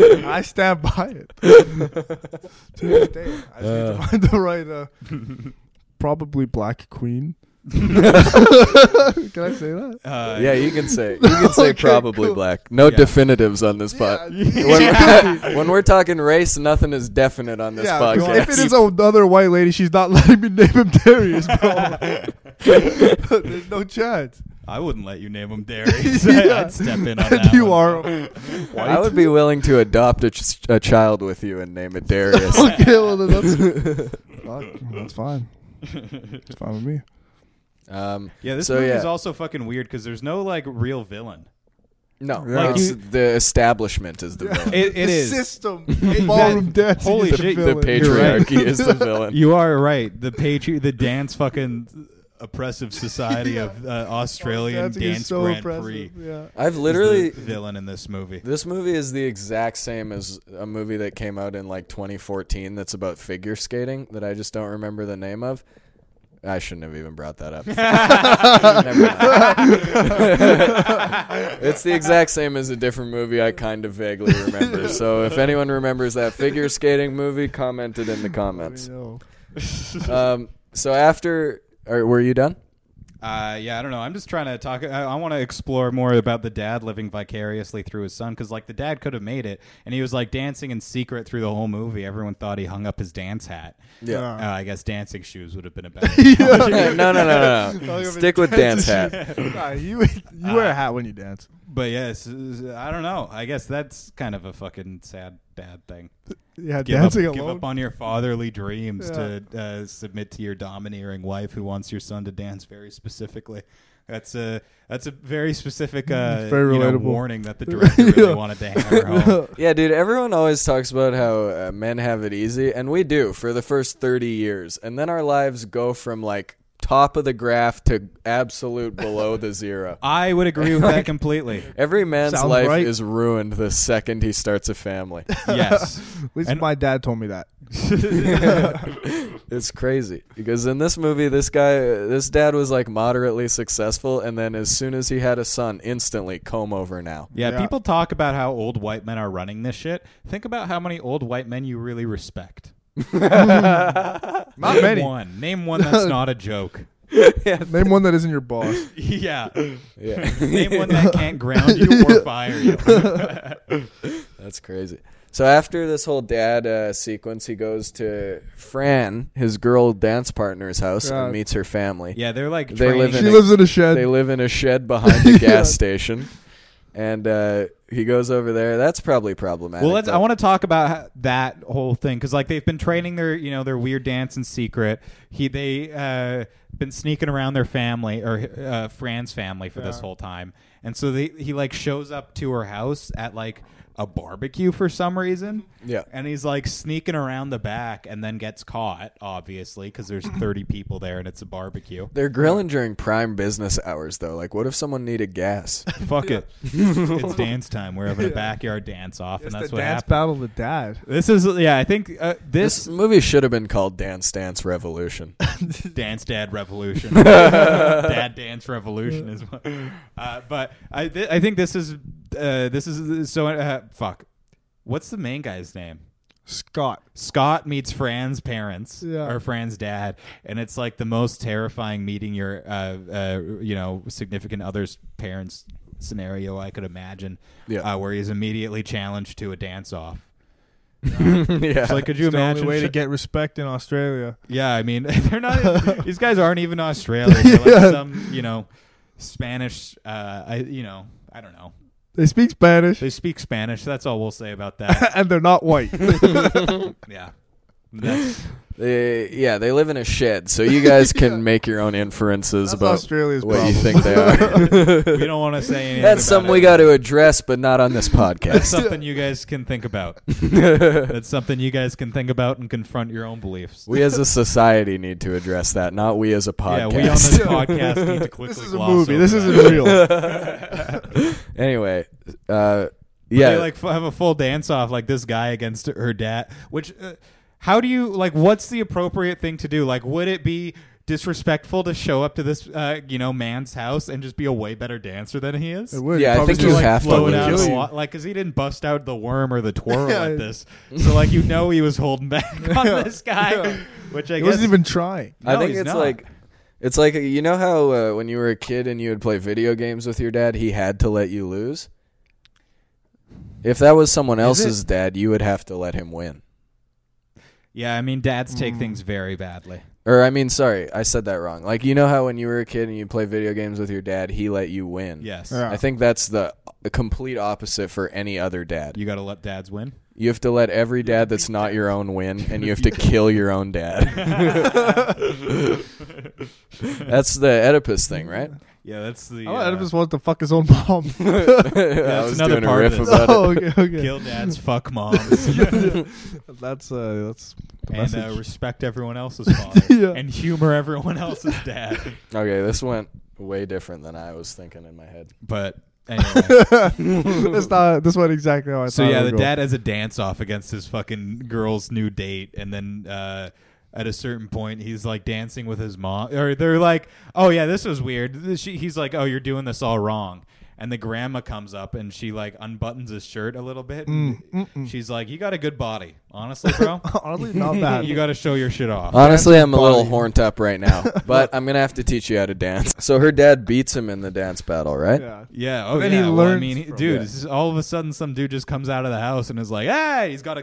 S3: I stand by it to this day. I just need to find the right, uh, probably black queen. Can I say that?
S2: Uh,
S1: Yeah, you can say you can say
S3: Okay,
S1: probably
S3: cool.
S1: black. No
S2: Yeah.
S1: definitives on this pod. When, when we're talking race, nothing is definite on this
S3: Yeah,
S1: podcast.
S3: if it is another white lady, she's not letting me name him Darius, bro. There's no chance.
S2: I wouldn't let you name him Darius. yeah. I'd step in on that.
S3: you
S2: one.
S3: are white.
S1: I would be willing to adopt a, ch- a child with you and name it Darius.
S3: okay, well then that's fuck, that's fine. It's fine with me.
S1: um,
S2: Yeah, this
S1: So,
S2: movie
S1: yeah.
S2: is also fucking weird because there's no like real villain.
S1: no,
S3: Like
S1: it's
S2: you-
S1: the establishment is the villain.
S2: It, it
S3: the
S2: is.
S3: system.
S2: That-
S3: Ballroom dancing.
S2: holy
S3: is the
S2: shit, the
S1: the
S3: villain.
S2: You're right.
S1: patriarchy is the villain.
S2: You are right. The patri- the dance fucking oppressive society of uh, Australian
S3: Dancing is
S2: dance
S3: so
S2: Grand
S3: impressive,
S2: Prix.
S3: Yeah.
S1: I've literally
S2: is the villain in this movie.
S1: This movie is the exact same as a movie that came out in like 2014 that's about figure skating that I just don't remember the name of. I shouldn't have even brought that up. Never mind. it's the exact same as a different movie I kind of vaguely remember. So if anyone remembers that figure skating movie, comment it in the comments.
S3: I know.
S1: Um, so after, or were you done?
S2: Uh, yeah, I don't know. I'm just trying to talk. I, I want to explore more about the dad living vicariously through his son because, like, the dad could have made it, and he was like dancing in secret through the whole movie. Everyone thought he hung up his dance hat.
S1: Yeah.
S2: Uh, I guess dancing shoes would have been a better.
S1: no, no, no, no, no. Stick with dance hat.
S3: Nah, you you wear a hat when you dance.
S2: But yes, I don't know. I guess that's kind of a fucking sad dad thing.
S3: Yeah,
S2: Give,
S3: dancing
S2: up, give
S3: alone.
S2: up on your fatherly dreams
S3: Yeah.
S2: to uh, submit to your domineering wife who wants your son to dance very specifically. That's a that's a very specific uh,
S3: Mm, It's very
S2: you know,
S3: relatable.
S2: warning that the director really
S3: Yeah.
S2: wanted to hammer home.
S1: Yeah, dude, everyone always talks about how uh, men have it easy, and we do for the first 30 years. And then our lives go from like top of the graph to absolute below the zero.
S2: I would agree with that completely.
S1: Every man's
S3: Sounds
S1: life
S3: right.
S1: is ruined the second he starts a family.
S2: Yes.
S3: At least
S2: And-
S3: my dad told me that.
S1: it's crazy because in this movie this guy this dad was like moderately successful and then as soon as he had a son instantly comb over now.
S2: Yeah,
S3: Yeah.
S2: people talk about how old white men are running this shit. Think about how many old white men you really respect.
S3: Not
S2: Name
S3: many.
S2: One. Name one that's not a joke.
S3: Name one that isn't your boss.
S2: yeah.
S1: Yeah.
S2: Name one that can't ground you or fire you.
S1: That's crazy. So after this whole dad uh, sequence, he goes to Fran, his girl dance partner's house,
S3: Yeah.
S1: and meets her family.
S2: yeah, they're like
S1: They live
S2: training-
S1: in
S3: She
S1: a-
S3: lives in a shed.
S1: They live in a shed behind a gas
S3: Yeah.
S1: station, and uh, he goes over there. That's probably problematic.
S2: Well, let's,
S1: but-
S2: I want to talk about ho- that whole thing because like they've been training their you know their weird dance in secret. He they uh, been sneaking around their family or uh, Fran's family for this
S3: Yeah.
S2: whole time, and so they he like shows up to her house at like a barbecue for some reason.
S1: Yeah.
S2: and he's like sneaking around the back and then gets caught obviously because there's 30 people there and it's a barbecue.
S1: They're grilling during prime business hours, though. Like, what if someone needed gas?
S2: Fuck it, it's dance time. We're having a backyard dance off,
S3: It's
S2: and that's
S3: the
S2: what
S3: dance
S2: happened.
S3: battle with dad.
S2: This is yeah. I think uh,
S1: This
S2: this
S1: movie should have been called Dance Dance Revolution.
S2: Dance Dad Revolution. Dad Dance Revolution is what. Uh, but I th- I think this is uh, this is so uh, fuck. What's the main guy's name?
S3: Scott.
S2: Scott meets Fran's parents
S3: Yeah.
S2: or Fran's dad, and it's like the most terrifying meeting your uh, uh, you know significant other's parents scenario I could imagine.
S1: Yeah.
S2: uh, where he's immediately challenged to a dance off.
S1: yeah.
S2: So, like, could you
S3: It's the
S2: imagine?
S3: only way to
S2: sh-
S3: get respect in Australia.
S2: Yeah, I mean, they're not. these guys aren't even Australian. They're like some, you know, Spanish. Uh, I, you know, I don't know.
S3: They speak Spanish
S2: They speak Spanish. That's all we'll say about that.
S3: and they're not white.
S2: yeah. That's,
S1: They, yeah, they live in a shed, so you guys can make your own inferences
S3: That's
S1: about
S3: Australia's
S1: what
S3: problem.
S1: you think they are.
S2: we don't want to say anything.
S1: That's
S2: about
S1: something we
S2: it.
S1: got to address, but not on this
S2: That's
S1: podcast.
S2: something you guys can think about. That's something you guys can think about and confront your own beliefs.
S1: we as a society need to address that, not we as a
S2: yeah, we on this
S1: podcast.
S2: podcast need to quickly
S3: this is a
S2: gloss
S3: movie.
S2: over
S3: This
S2: that.
S3: isn't real.
S1: anyway, uh,
S2: yeah.
S1: yeah,
S2: they like f- have a full dance off like this guy against her dad which uh, how do you like what's the appropriate thing to do like would it be disrespectful to show up to this uh, you know man's house and just be a way better dancer than he is
S3: It would.
S1: Yeah, I
S3: Probably
S1: think
S3: just,
S1: you
S2: like
S1: have to
S2: blow it
S1: lose.
S2: out of the
S3: Kill you.
S2: wa- like because he didn't bust out the worm or the twirl
S3: Yeah.
S2: at this so like you know he was holding back on this guy which i
S3: He
S2: guess
S3: wasn't even trying.
S1: I
S2: No,
S1: think
S2: he's
S1: it's
S2: not.
S1: like It's like you know how uh, when you were a kid and you would play video games with your dad, he had to let you lose. If that was someone else's dad, you would have to let him win.
S2: Yeah, I mean, dads take
S1: Mm.
S2: things very badly.
S1: Or I mean, sorry, I said that wrong. Like you know how when you were a kid and you play video games with your dad, he let you win.
S2: Yes.
S3: Yeah.
S1: I think that's the, the complete opposite for any other dad.
S2: You got to let dads win.
S1: You have to let every dad that's not your own win, and you have to kill your own dad. that's the Oedipus thing, right?
S2: Yeah, that's the.
S3: Oh,
S2: uh,
S3: Oedipus wants to fuck his own mom.
S1: I was
S2: another
S1: doing a
S2: part of
S1: riff
S2: this.
S1: about it.
S3: oh, okay, okay.
S2: Kill dads, fuck moms,
S3: That's uh, that's the
S2: and uh,
S3: message.
S2: respect everyone else's father,
S3: Yeah.
S2: and humor everyone else's dad.
S1: Okay, this went way different than I was thinking in my head.
S2: But anyway,
S3: that's not. This one exactly how I
S2: so
S3: thought.
S2: yeah,
S3: it
S2: the
S3: would go.
S2: dad has a dance off against his fucking girl's new date, and then uh, at a certain point, he's like dancing with his mom, or they're like, "Oh yeah, this was weird." This- she- he's like, "Oh, you're doing this all wrong." And the grandma comes up and she like unbuttons his shirt a little bit. And
S3: Mm,
S2: she's like, "You got a good body, honestly, bro.
S3: Honestly, not bad.
S2: you got to show your shit off."
S1: Honestly, I'm a little
S3: body.
S1: horned up right now, but I'm gonna have to teach you how to dance. So her dad beats him in the dance battle, right?
S3: yeah.
S2: Yeah. Oh,
S3: Then
S2: yeah.
S3: he
S2: well, I
S3: learns
S2: mean, he-
S3: from
S2: dude,
S1: it.
S2: this is- all of a sudden, some dude just comes out of the house and is like, "Hey, he's got a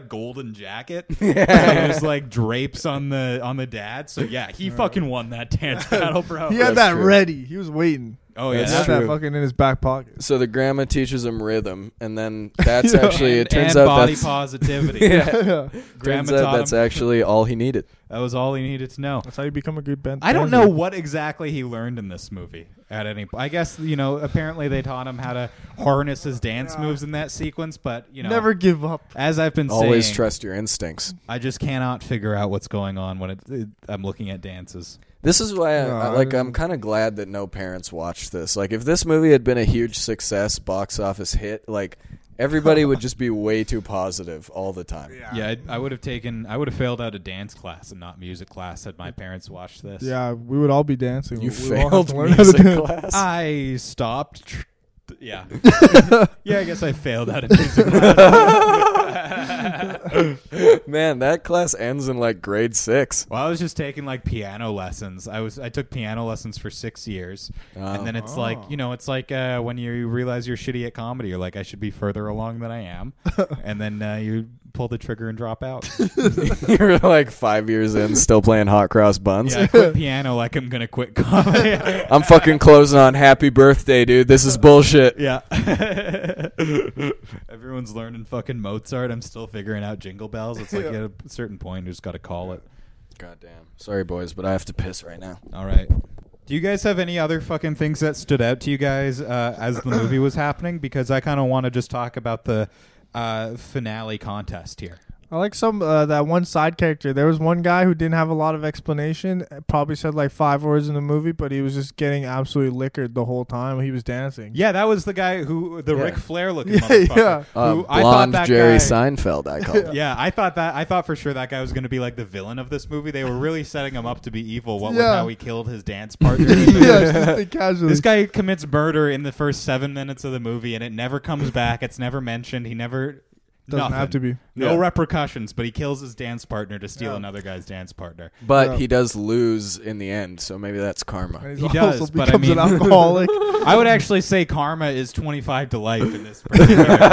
S2: golden jacket." it was like drapes on the on the dad. So yeah, he fucking won that dance battle, bro.
S3: He had
S1: That's
S3: that
S1: true.
S3: ready. He was waiting.
S2: Oh yeah.
S1: That's
S3: he had that
S1: true.
S3: fucking in his back pocket.
S1: So the grandma teaches him rhythm, and then that's
S3: Yeah.
S1: actually
S2: and,
S1: it turns
S2: and
S1: out
S2: body
S1: that's
S2: positivity.
S3: yeah.
S2: Grandma
S1: turns out
S2: taught
S1: that's
S2: him.
S1: actually all he needed.
S2: That was all he needed to know.
S3: That's how you become a good band.
S2: I don't know what exactly he learned in this movie. At any, I guess you know. Apparently, they taught him how to harness his dance moves in that sequence. But you know,
S3: Never give up.
S2: as I've been
S1: Always
S2: saying,
S1: trust your instincts.
S2: I just cannot figure out what's going on when it, it- I'm looking at dances.
S1: This is why, I,
S3: No,
S1: I,
S3: I
S1: like, I'm
S3: didn't-
S1: kind of glad that no parents watched this. Like, if this movie had been a huge success, box office hit, like, everybody would just be way too positive all the time.
S2: Yeah, I, I would have taken, I would have failed out a dance class and not music class had my parents watched this.
S3: Yeah, we would all be dancing.
S1: You
S3: We would all have
S1: failed
S3: to learn how to
S1: music
S3: dance.
S1: class.
S2: I stopped. Tr- yeah, yeah. I guess I failed out of music class.
S1: Man, that class ends in like grade six.
S2: Well, I was just taking like piano lessons. I was I took piano lessons for six years,
S1: Oh.
S2: and then it's like you know, it's like uh, when you realize you're shitty at comedy, you're like, I should be further along than I am, and then uh, you pull the trigger and drop out.
S1: You're like five years in, still playing hot cross buns.
S2: yeah, I quit piano like I'm gonna quit comedy.
S1: I'm fucking closing on happy birthday, dude. This is bullshit.
S2: Yeah. Everyone's learning fucking Mozart. I'm still figuring out jingle bells. It's like
S3: Yeah.
S2: at a certain point, you just got to call it.
S1: Goddamn. Sorry, boys, but I have to piss right now.
S2: All right. Do you guys have any other fucking things that stood out to you guys uh, as the movie was happening? Because I kind of want to just talk about the uh, finale contest here.
S3: I like some uh, that one side character. There was one guy who didn't have a lot of explanation. uh, Probably said like five words in the movie, but he was just getting absolutely liquored the whole time he was dancing.
S2: Yeah, that was the guy who the
S1: Yeah.
S2: Ric Flair looking
S3: Yeah,
S2: motherfucker.
S3: yeah.
S1: Uh,
S2: who I thought
S1: blonde
S2: that
S1: Jerry
S2: guy,
S1: Seinfeld, I call it.
S2: Yeah, I thought that I thought for sure that guy was going to be like the villain of this movie. They were really setting him up to be evil. What with
S3: Yeah.
S2: how he killed his dance partner.
S3: yeah, just think casually.
S2: This guy commits murder in the first seven minutes of the movie, and it never comes back. It's never mentioned. He never
S3: doesn't
S2: nothing.
S3: have to be.
S2: No
S1: Yeah.
S2: repercussions, but he kills his dance partner to steal
S3: Yeah.
S2: another guy's dance partner.
S1: But
S3: Yeah.
S1: he does lose in the end, so maybe that's karma.
S3: And
S2: He
S3: he's
S2: does,
S3: also
S2: but I
S3: becomes
S2: mean-
S3: an alcoholic.
S2: I would actually say karma is twenty five to life in this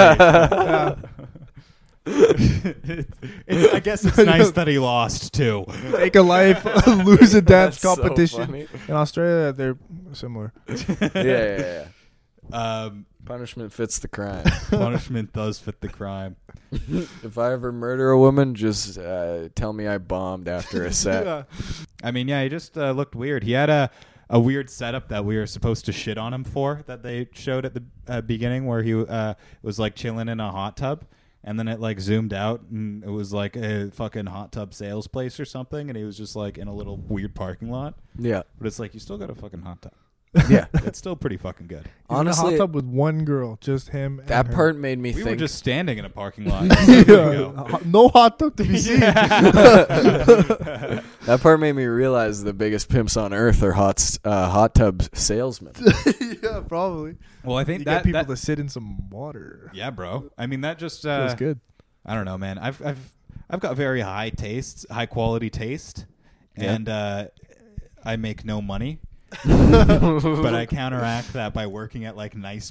S2: particular. case. It's- I guess it's nice that he lost too.
S3: Take a life, lose a
S1: That's
S3: dance
S1: so
S3: competition.
S1: funny.
S3: in Australia, they're similar.
S1: yeah, yeah, yeah.
S2: Um,
S1: Punishment fits the crime.
S2: punishment does fit the crime.
S1: if I ever murder a woman, just uh, tell me I bombed after a set.
S3: Yeah.
S2: I mean, yeah, he just uh, looked weird. He had a a weird setup that we were supposed to shit on him for that they showed at the uh, beginning, where he uh, was like chilling in a hot tub, and then it like zoomed out and it was like a fucking hot tub sales place or something, and he was just like in a little weird parking lot.
S1: Yeah.
S2: But it's like you still got a fucking hot tub.
S1: Yeah.
S2: It's still pretty fucking good.
S3: He's in a
S1: Honestly,
S3: hot tub with one girl, just him. and
S1: that
S3: her.
S1: part made me
S2: We were
S1: think.
S2: just standing in a parking lot.
S3: Yeah. Ho- No hot tub to be seen.
S1: that part made me realize the biggest pimps on earth are hot s- uh, hot tub salesmen.
S3: yeah, probably.
S2: Well, I
S3: You
S2: think
S3: get
S2: that,
S3: people
S2: that-
S3: to sit in some water.
S2: yeah, bro. I mean, that just
S3: Feels
S2: uh,
S3: good.
S2: I don't know, man. I've I've I've got very high taste, high quality taste,
S1: Yeah.
S2: and uh, I make no money, but I counteract that by working at like nice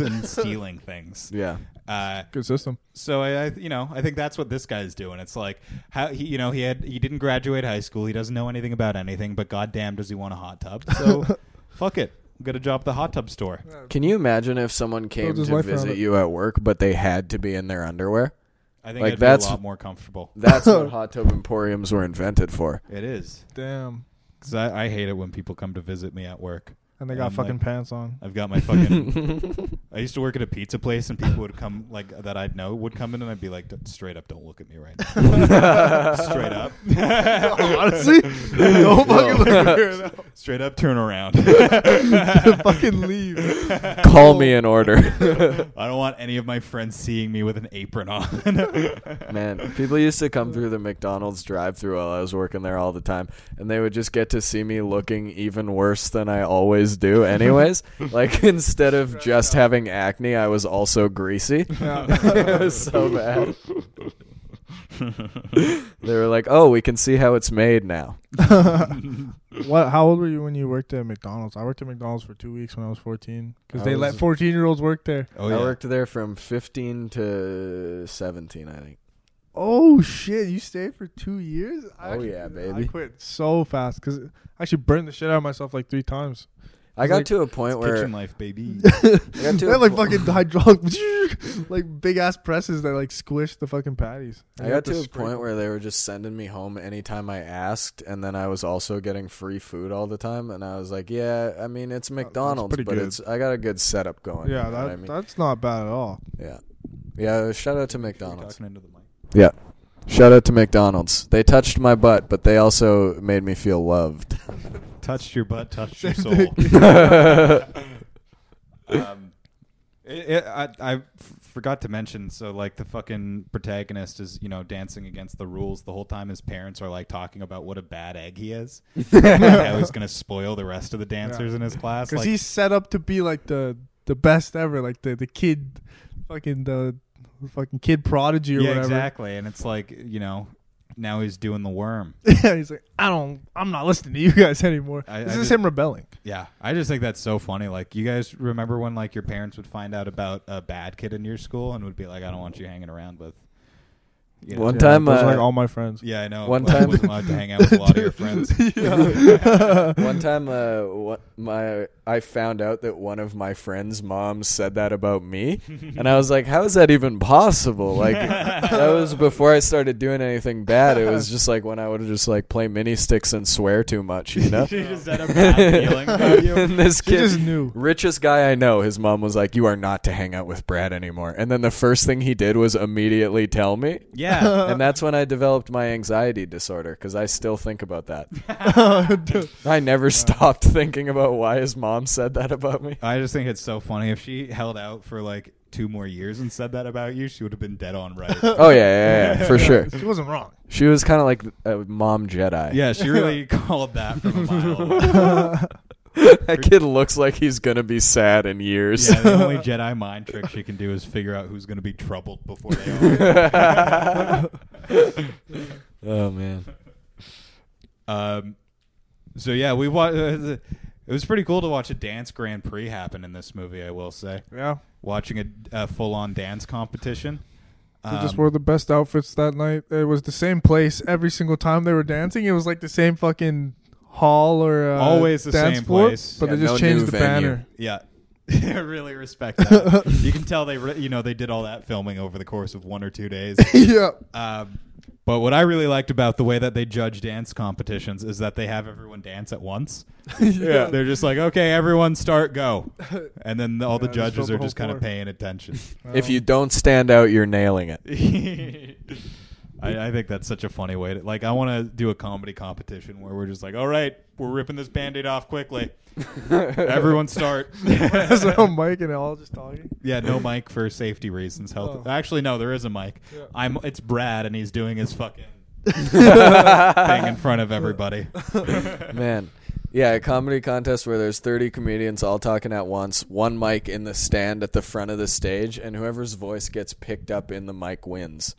S2: and stealing things.
S1: Yeah.
S2: Uh,
S3: Good system.
S2: so I, I, you know, I think that's what this guy's doing. It's like how he, you know, he had he didn't graduate high school. He doesn't know anything about anything. But goddamn, does he want a hot tub? So fuck it, get a job at the hot tub store.
S1: Can you imagine if someone came
S3: his
S1: to
S3: life around
S1: visit
S3: it.
S1: you at work, but they had to be in their underwear?
S2: I think
S1: Like,
S2: I'd
S1: that's-
S2: be a lot more comfortable.
S1: That's what hot tub emporiums were invented for.
S2: It is
S3: Damn.
S2: because I, I hate it when people come to visit me at work.
S3: And they got
S2: And,
S3: fucking
S2: like-
S3: pants on.
S2: I've got my fucking. I used to work at a pizza place, and people would come like that. I'd know would come in, and I'd be like, "Don't- straight up, don't look at me right now. straight up,
S3: Honestly, don't fucking look at me right now.
S2: straight up, turn around.
S3: fucking leave.
S1: Call me an order.
S2: I don't want any of my friends seeing me with an apron on.
S1: Man, people used to come through the McDonald's drive-through while I was working there all the time, and they would just get to see me looking even worse than I always do. Anyways, like instead of just having acne, I was also greasy. it was so bad. they were like, "Oh, we can see how it's made now." Oh,
S3: What? How old were you when you worked at McDonald's? I worked at McDonald's for two weeks when I was 14 because
S1: I
S3: they
S1: was-
S3: let 14 year olds work there.
S2: oh
S1: I
S2: yeah,
S1: worked there from 15 to 17, I think.
S3: Oh shit! You stayed for two years? I
S1: Oh, yeah,
S3: I
S1: baby.
S3: quit so fast because I actually burned the shit out of myself like three times.
S1: I
S3: It's
S1: got
S3: like-
S1: to a point where
S2: kitchen life, baby.
S1: I got to
S3: They
S1: a
S3: had like
S1: po-
S3: fucking hydraulic, like big ass presses that like squish the fucking patties.
S1: I got to a point where they were just sending me home anytime I asked, and then I was also getting free food all the time. And I was like, "Yeah, I mean, it's McDonald's,
S3: pretty
S1: but
S3: good.
S1: it's I got a good setup going."
S3: Yeah,
S1: you know what
S3: that,
S1: I mean?
S3: that's not bad at all.
S1: yeah, yeah. Shout out to McDonald's.
S2: Talking into the mic.
S1: Yeah, shout out to McDonald's. They touched my butt, but they also made me feel loved.
S2: Touched your butt, touched your soul. um, it, it, I, I f- forgot to mention. So, like, the fucking protagonist is, you know, dancing against the rules the whole time. His parents are like talking about what a bad egg he is, and how he's gonna spoil the rest of the dancers
S3: Yeah.
S2: in his class.
S3: Because
S2: Like,
S3: he's set up to be like the the best ever, like the the kid, fucking the fucking kid prodigy or
S2: yeah,
S3: whatever.
S2: exactly. And it's like, you know, now he's doing the worm.
S3: yeah, he's like, I don't, I'm not listening to you guys anymore.
S2: I-
S3: this
S2: I
S3: is
S2: just-
S3: him rebelling.
S2: Yeah, I just think that's so funny. Like, you guys remember when like your parents would find out about a bad kid in your school and would be like, "I don't want you hanging around with." You
S1: One time,
S3: those are, like
S1: uh,
S3: all my friends.
S2: Yeah, I know.
S1: One
S2: Well, I
S1: time-
S2: wasn't allowed to hang out with a lot of your friends.
S1: one time, uh, what, my I found out that one of my friends' moms said that about me, and I was like, "How is that even possible?" Like that was before I started doing anything bad. It was just like when I would just like play mini sticks and swear too much, you know.
S2: she just had a bad feeling about you.
S1: and this
S3: She
S1: kid,
S3: just knew.
S1: richest guy I know, his mom was like, "You are not to hang out with Brad anymore." And then the first thing he did was immediately tell me.
S2: Yeah.
S3: Uh.
S1: And that's when I developed my anxiety disorder because I still think about that. Oh, I never stopped thinking about why his mom said that about me.
S2: I just think it's so funny. If she held out for like two more years and said that about you, she would have been dead on right.
S1: Oh yeah, yeah, yeah, for sure.
S3: She wasn't wrong.
S1: She was kind of like a mom Jedi.
S2: yeah, she really called that from a mile away.
S1: that kid looks like he's gonna be sad in years.
S2: Yeah, the only Jedi mind trick she can do is figure out who's going to be troubled before they are.
S1: oh man.
S2: Um, so yeah, we wa- It was pretty cool to watch a dance Grand Prix happen in this movie. I will say,
S3: Yeah,
S2: watching a, a full-on dance competition.
S3: they just
S2: Um,
S3: wore the best outfits that night. It was the same place every single time they were dancing. It was like the same fucking hall or uh,
S2: Always the
S3: dance
S2: same
S3: floor,
S2: place.
S3: but
S1: Yeah,
S3: they just
S1: no
S3: changed
S1: new
S3: the
S1: venue.
S3: banner.
S2: Yeah. I really respect that. you can tell they, re- you know, they did all that filming over the course of one or two days.
S3: yeah,
S2: Um, but what I really liked about the way that they judge dance competitions is that they have everyone dance at once.
S3: yeah.
S2: They're just like, okay, everyone start, go. And then all the
S3: Yeah, just fill
S2: judges
S3: the
S2: are
S3: whole
S2: just kind of
S3: floor.
S2: paying attention.
S1: If you don't stand out, you're nailing it.
S2: I, I think that's such a funny way to like. I want to do a comedy competition where we're just like, all right, we're ripping this band-aid off quickly. Everyone start.
S3: That's no mic and all just talking.
S2: Yeah, no mic for safety reasons. Health.
S3: Oh.
S2: Actually, no, there is a mic.
S3: Yeah.
S2: I'm. It's Brad, and he's doing his fucking thing in front of everybody.
S1: Man. Yeah, a comedy contest where there's 30 comedians all talking at once, one mic in the stand at the front of the stage, and whoever's voice gets picked up in the mic wins.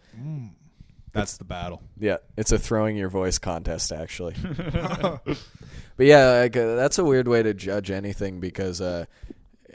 S2: That's the battle.
S1: Yeah, it's a throwing your voice contest, actually. But yeah, like, uh, that's a weird way to judge anything because uh,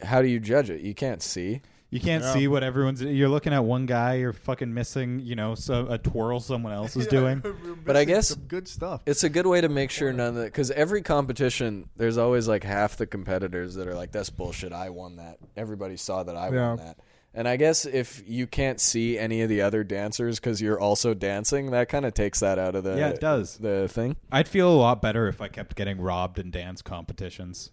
S1: how do you judge it? You can't see.
S2: You can't
S3: Yeah.
S2: see what everyone's. You're looking at one guy. You're fucking missing, you know, so, a twirl someone else is doing.
S1: But I guess-
S3: some good stuff.
S1: It's a good way to make sure none of that because every competition, there's always like half the competitors that are like, "That's bullshit. I won that. Everybody saw that I
S3: Yeah.
S1: won that." And I guess if you can't see any of the other dancers because you're also dancing, that kind of takes that out of the
S2: Yeah, it does.
S1: the thing.
S2: I'd feel a lot better if I kept getting robbed in dance competitions.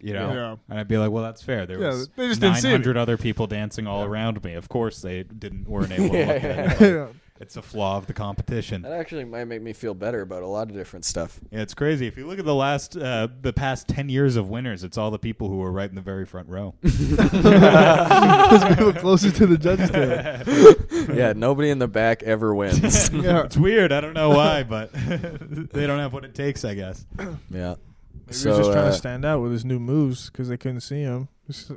S2: You know,
S3: Yeah.
S2: and I'd be like, "Well, that's fair. There
S3: Yeah,
S2: was
S3: they just didn't
S2: nine
S3: see me.
S2: hundred other people dancing all around me. Of course, they didn't weren't able to
S1: Yeah,
S2: look
S1: yeah.
S2: at it.
S3: Yeah.
S2: It's a flaw of the competition.
S1: That actually might make me feel better about a lot of different stuff.
S2: Yeah, it's crazy. If you look at the last, uh, the past ten years of winners, it's all the people who were right in the very front row.
S3: Those people closest to the judges table.
S1: yeah, nobody in the back ever wins.
S3: Yeah.
S2: It's weird. I don't know why, but they don't have what it takes, I guess.
S1: yeah.
S3: Maybe
S1: So,
S3: he's just trying
S1: uh,
S3: to stand out with his new moves because they couldn't see him.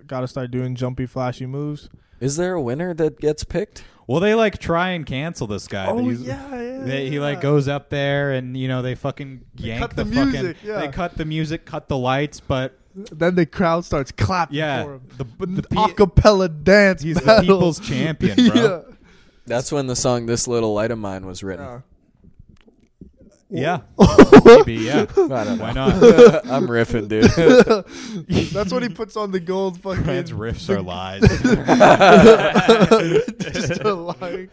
S3: Got to start doing jumpy, flashy moves.
S1: Is there a winner that gets picked?
S2: Well, they like try and cancel this guy. He's-
S3: Oh, yeah.
S2: They, he like goes up there and you know they fucking
S3: They
S2: yank
S3: cut the
S2: fucking.
S3: music, yeah.
S2: They cut the music, cut the lights, but
S3: Then the crowd starts clapping for
S2: yeah,
S3: him.
S2: the,
S3: But
S2: the,
S3: the
S2: pe-
S3: acapella dance.
S2: he's the
S3: battle.
S2: people's champion, bro.
S3: yeah.
S1: That's when the song "This Little Light of Mine" was written.
S3: Yeah.
S2: yeah, maybe
S1: I
S2: yeah.
S1: don't know.
S2: Why not?
S1: I'm riffing, dude.
S3: That's what he puts on the gold fucking.
S2: Trans riffs are lies.
S3: just a lie.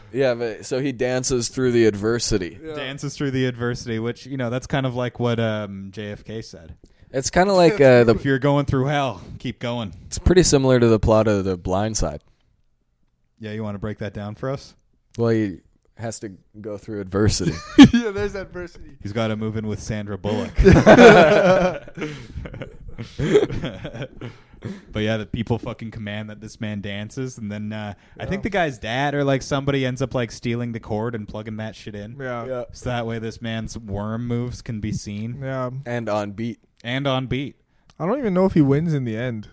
S1: yeah, but so he dances through the adversity.
S3: Yeah.
S2: Dances through the adversity, which you know that's kind of like what um, JFK said.
S1: It's kind of like uh,
S2: If
S1: the.
S2: you're going through hell, keep going.
S1: It's pretty similar to the plot of The Blind Side.
S2: Yeah, you want to break that down for us?
S1: Well, he has to go through adversity.
S3: yeah, there's adversity.
S2: He's got to move in with Sandra Bullock. but yeah, the people fucking command that this man dances, and then uh, I think the guy's dad or like somebody ends up like stealing the cord and plugging that shit in,
S3: Yeah. Yeah.
S2: so that way this man's worm moves can be seen
S1: and on beat.
S2: and on beat.
S3: I don't even know if he wins in the end.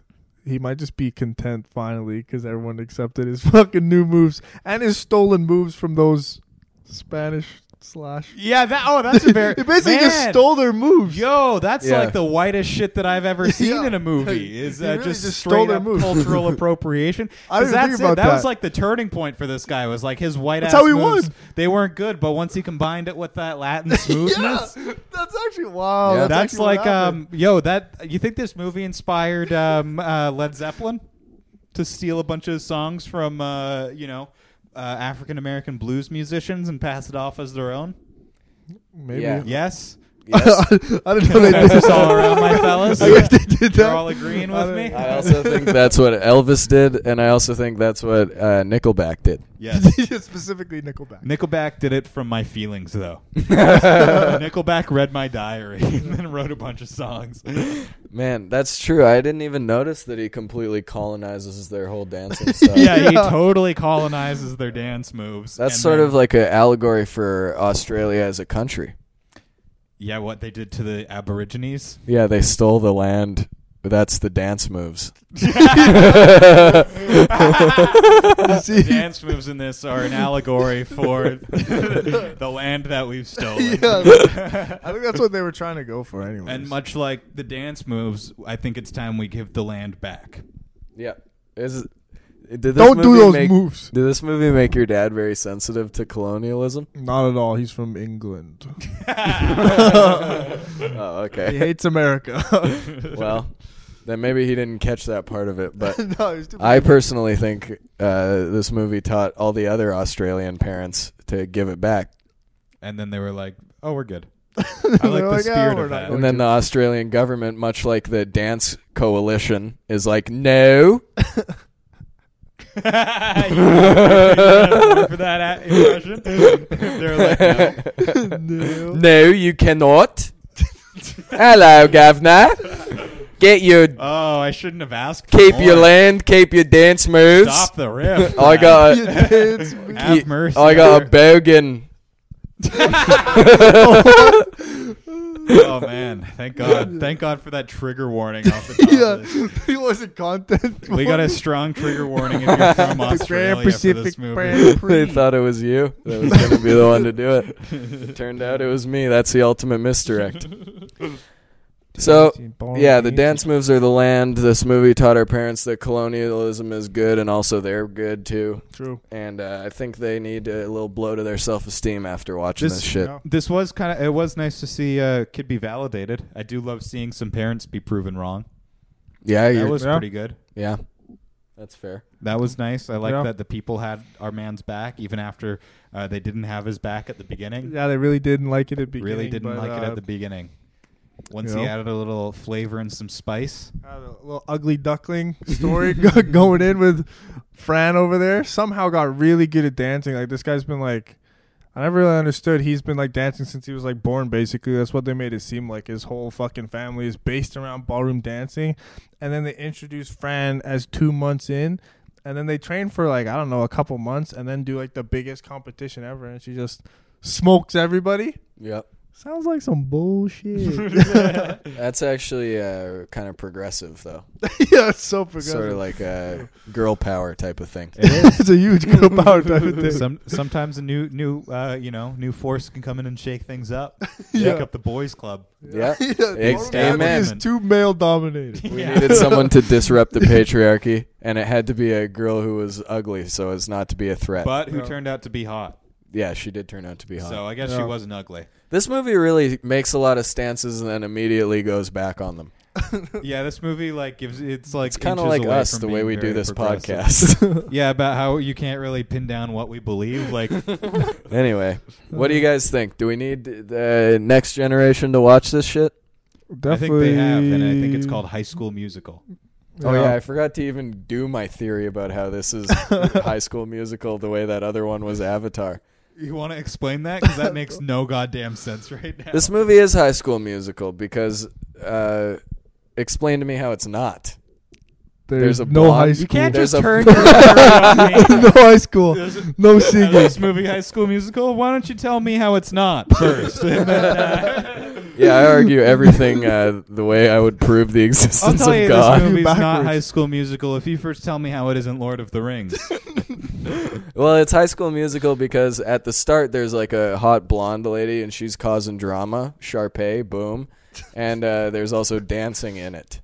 S3: He might just be content finally because everyone accepted his fucking new moves and his stolen moves from those Spanish slash.
S2: Yeah, that. Oh, that's a very.
S3: he basically just
S2: Man!
S3: stole their moves.
S2: Yo, that's
S1: Yeah.
S2: like the whitest shit that I've ever seen
S3: Yeah.
S2: in a movie. Is
S3: He
S2: uh,
S3: really
S2: just,
S3: just
S2: straight
S3: stole their
S2: up
S3: move.
S2: cultural appropriation.
S3: I didn't
S2: 'Cause
S3: think
S2: that's it.
S3: about
S2: That was
S3: that.
S2: like the turning point for this guy. Was like his white
S3: That's
S2: ass.
S3: how he
S2: moves,
S3: won.
S2: They weren't good, but once he combined it with that Latin smoothness.
S3: Yeah, that's actually wow.
S1: Yeah.
S3: that's
S2: That's
S3: actually what
S2: like,
S3: happened.
S2: um, yo, that you think this movie inspired um, uh, Led Zeppelin to steal a bunch of songs from, uh, you know, uh, African American blues musicians and pass it off as their own?
S3: maybe.
S1: yeah.
S2: Yes,
S1: Yes.
S3: I didn't know they did
S2: Consensus all around, my fellas.
S3: I guess they did
S2: You're
S3: that.
S2: all agreeing
S3: I
S2: with
S3: don't-
S2: me?
S1: I also think that's what Elvis did, and I also think that's what uh, Nickelback did.
S2: Yes.
S3: specifically Nickelback.
S2: Nickelback did it from my feelings, though. Nickelback read my diary and then wrote a bunch of songs.
S1: Man, that's true. I didn't even notice that he completely colonizes their whole dancing stuff.
S2: yeah, he
S3: Yeah.
S2: totally colonizes their dance moves.
S1: That's
S2: and
S1: sort
S2: then-
S1: of like an allegory for Australia as a country.
S2: yeah, what they did to the Aborigines.
S1: Yeah, they stole the land. That's the dance moves.
S2: the dance moves in this are an allegory for the land that we've stolen.
S3: Yeah. I think that's what they were trying to go for anyway.
S2: And much like the dance moves, I think it's time we give the land back.
S1: Yeah. Is did this
S3: Don't do
S1: movie
S3: those
S1: make-
S3: moves.
S1: Did this movie make your dad very sensitive to colonialism?
S3: Not at all. He's from England.
S1: Oh,
S3: he
S1: okay.
S3: hates America.
S1: well, then maybe he didn't catch that part of it, but
S3: no, he's too
S1: I personally think uh, this movie taught all the other Australian parents to give it back.
S2: And then they were like, "Oh, we're good." I like
S3: They're
S2: the
S3: like, "Oh,
S2: spirit
S3: we're
S2: of
S3: not
S2: that.
S3: going
S1: And then the Australian government, much like the dance coalition, is like, no.
S2: You gotta work for that a- impression. They're like, no.
S3: no.
S1: No, you cannot. Hello, governor. Get your,
S2: oh, I shouldn't have asked. for
S1: keep
S2: more.
S1: your land, keep your dance moves.
S2: Stop the riff.
S1: I got,
S3: You dance moves.
S2: Have mercy.
S1: I got a bogan.
S2: oh man, thank God, thank God for that trigger warning off the top. Of this.
S3: yeah, he wasn't content.
S2: We got a strong trigger warning if you're from
S3: the
S2: Australia
S3: Grand
S2: for
S3: Pacific
S2: this movie.
S3: Grand
S1: they
S3: Prix.
S1: thought it was you that was going to be the one to do it. Turned out it was me. That's the ultimate misdirect. So, yeah, the dance moves are the land. This movie taught our parents that colonialism is good, and also they're good too.
S3: True.
S1: And uh, I think they need a little blow to their self esteem after watching
S2: This-
S1: this, shit.
S3: no.
S2: This was kind of. It was nice to see a kid be validated. I do love seeing some parents be proven wrong.
S1: Yeah,
S2: That
S1: you're,
S2: was
S3: Yeah.
S2: pretty good.
S1: yeah, that's fair.
S2: That was nice. I like
S3: Yeah.
S2: that the people had our man's back, even after uh, they didn't have his back at the beginning.
S3: Yeah, they really didn't like it at the beginning.
S2: really didn't
S3: but,
S2: like it
S3: uh,
S2: at the beginning. Once
S3: you
S2: he
S3: know?
S2: added a little flavor and some spice,
S3: had a little ugly duckling story go- going in with Fran over there. Somehow got really good at dancing. Like this guy's been like, I never really understood. He's been like dancing since he was like born. Basically, that's what they made it seem like. His whole fucking family is based around ballroom dancing, and then they introduced Fran as two months in. And then they train for like I don't know a couple months, and then do like the biggest competition ever, and she just smokes everybody.
S1: Yep.
S3: Sounds like some bullshit.
S1: That's actually uh, kind of progressive, though.
S3: yeah, it's so progressive.
S1: Sort of like a girl power type of thing.
S2: it
S3: it's a huge group out type of thing.
S2: is. Some, sometimes a new new uh, you know new force can come in and shake things up.
S3: Yeah.
S2: Shake up the boys club.
S1: Yeah.
S3: yeah,
S1: Ex-
S3: Norman
S2: amen.
S3: is too male dominated.
S1: We
S2: Yeah.
S1: needed someone to disrupt the patriarchy, and it had to be a girl who was ugly so as not to be a threat.
S2: but who
S3: Yeah.
S2: turned out to be hot.
S1: yeah, she did turn out to be hot.
S2: So I guess she
S3: Yeah.
S2: wasn't ugly.
S1: this movie really makes a lot of stances and then immediately goes back on them.
S2: Yeah, this movie like gives it's like
S1: It's kind of
S2: inches
S1: like
S2: away
S1: us,
S2: from
S1: the way
S2: being
S1: we do
S2: very
S1: this
S2: progressive.
S1: podcast.
S2: Yeah, about how you can't really pin down what we believe. Like,
S1: anyway, what do you guys think? Do we need the next generation to watch this shit?
S2: I think they have, and I think it's called High School Musical.
S1: Oh yeah, I forgot to even do my theory about how this is High School Musical the way that other one was Avatar.
S2: You want to explain that because that makes no goddamn sense right now.
S1: This movie is High School Musical because uh, explain to me how it's not. There's a
S3: no high
S1: blonde-
S3: school.
S1: You can't There's just a- turn
S2: your
S3: no high school. No singing.
S2: this movie, High School Musical. Why don't you tell me how it's not first? And then, uh,
S1: Yeah, I argue everything uh, the way I would prove the
S2: I'll
S1: existence
S2: tell you
S1: of God.
S2: this movie's not
S3: Backwards.
S2: High School Musical if you first tell me how it isn't Lord of the Rings.
S1: Well, it's High School Musical because at the start there's like a hot blonde lady and she's causing drama. Sharpay, boom, and uh, there's also dancing in it.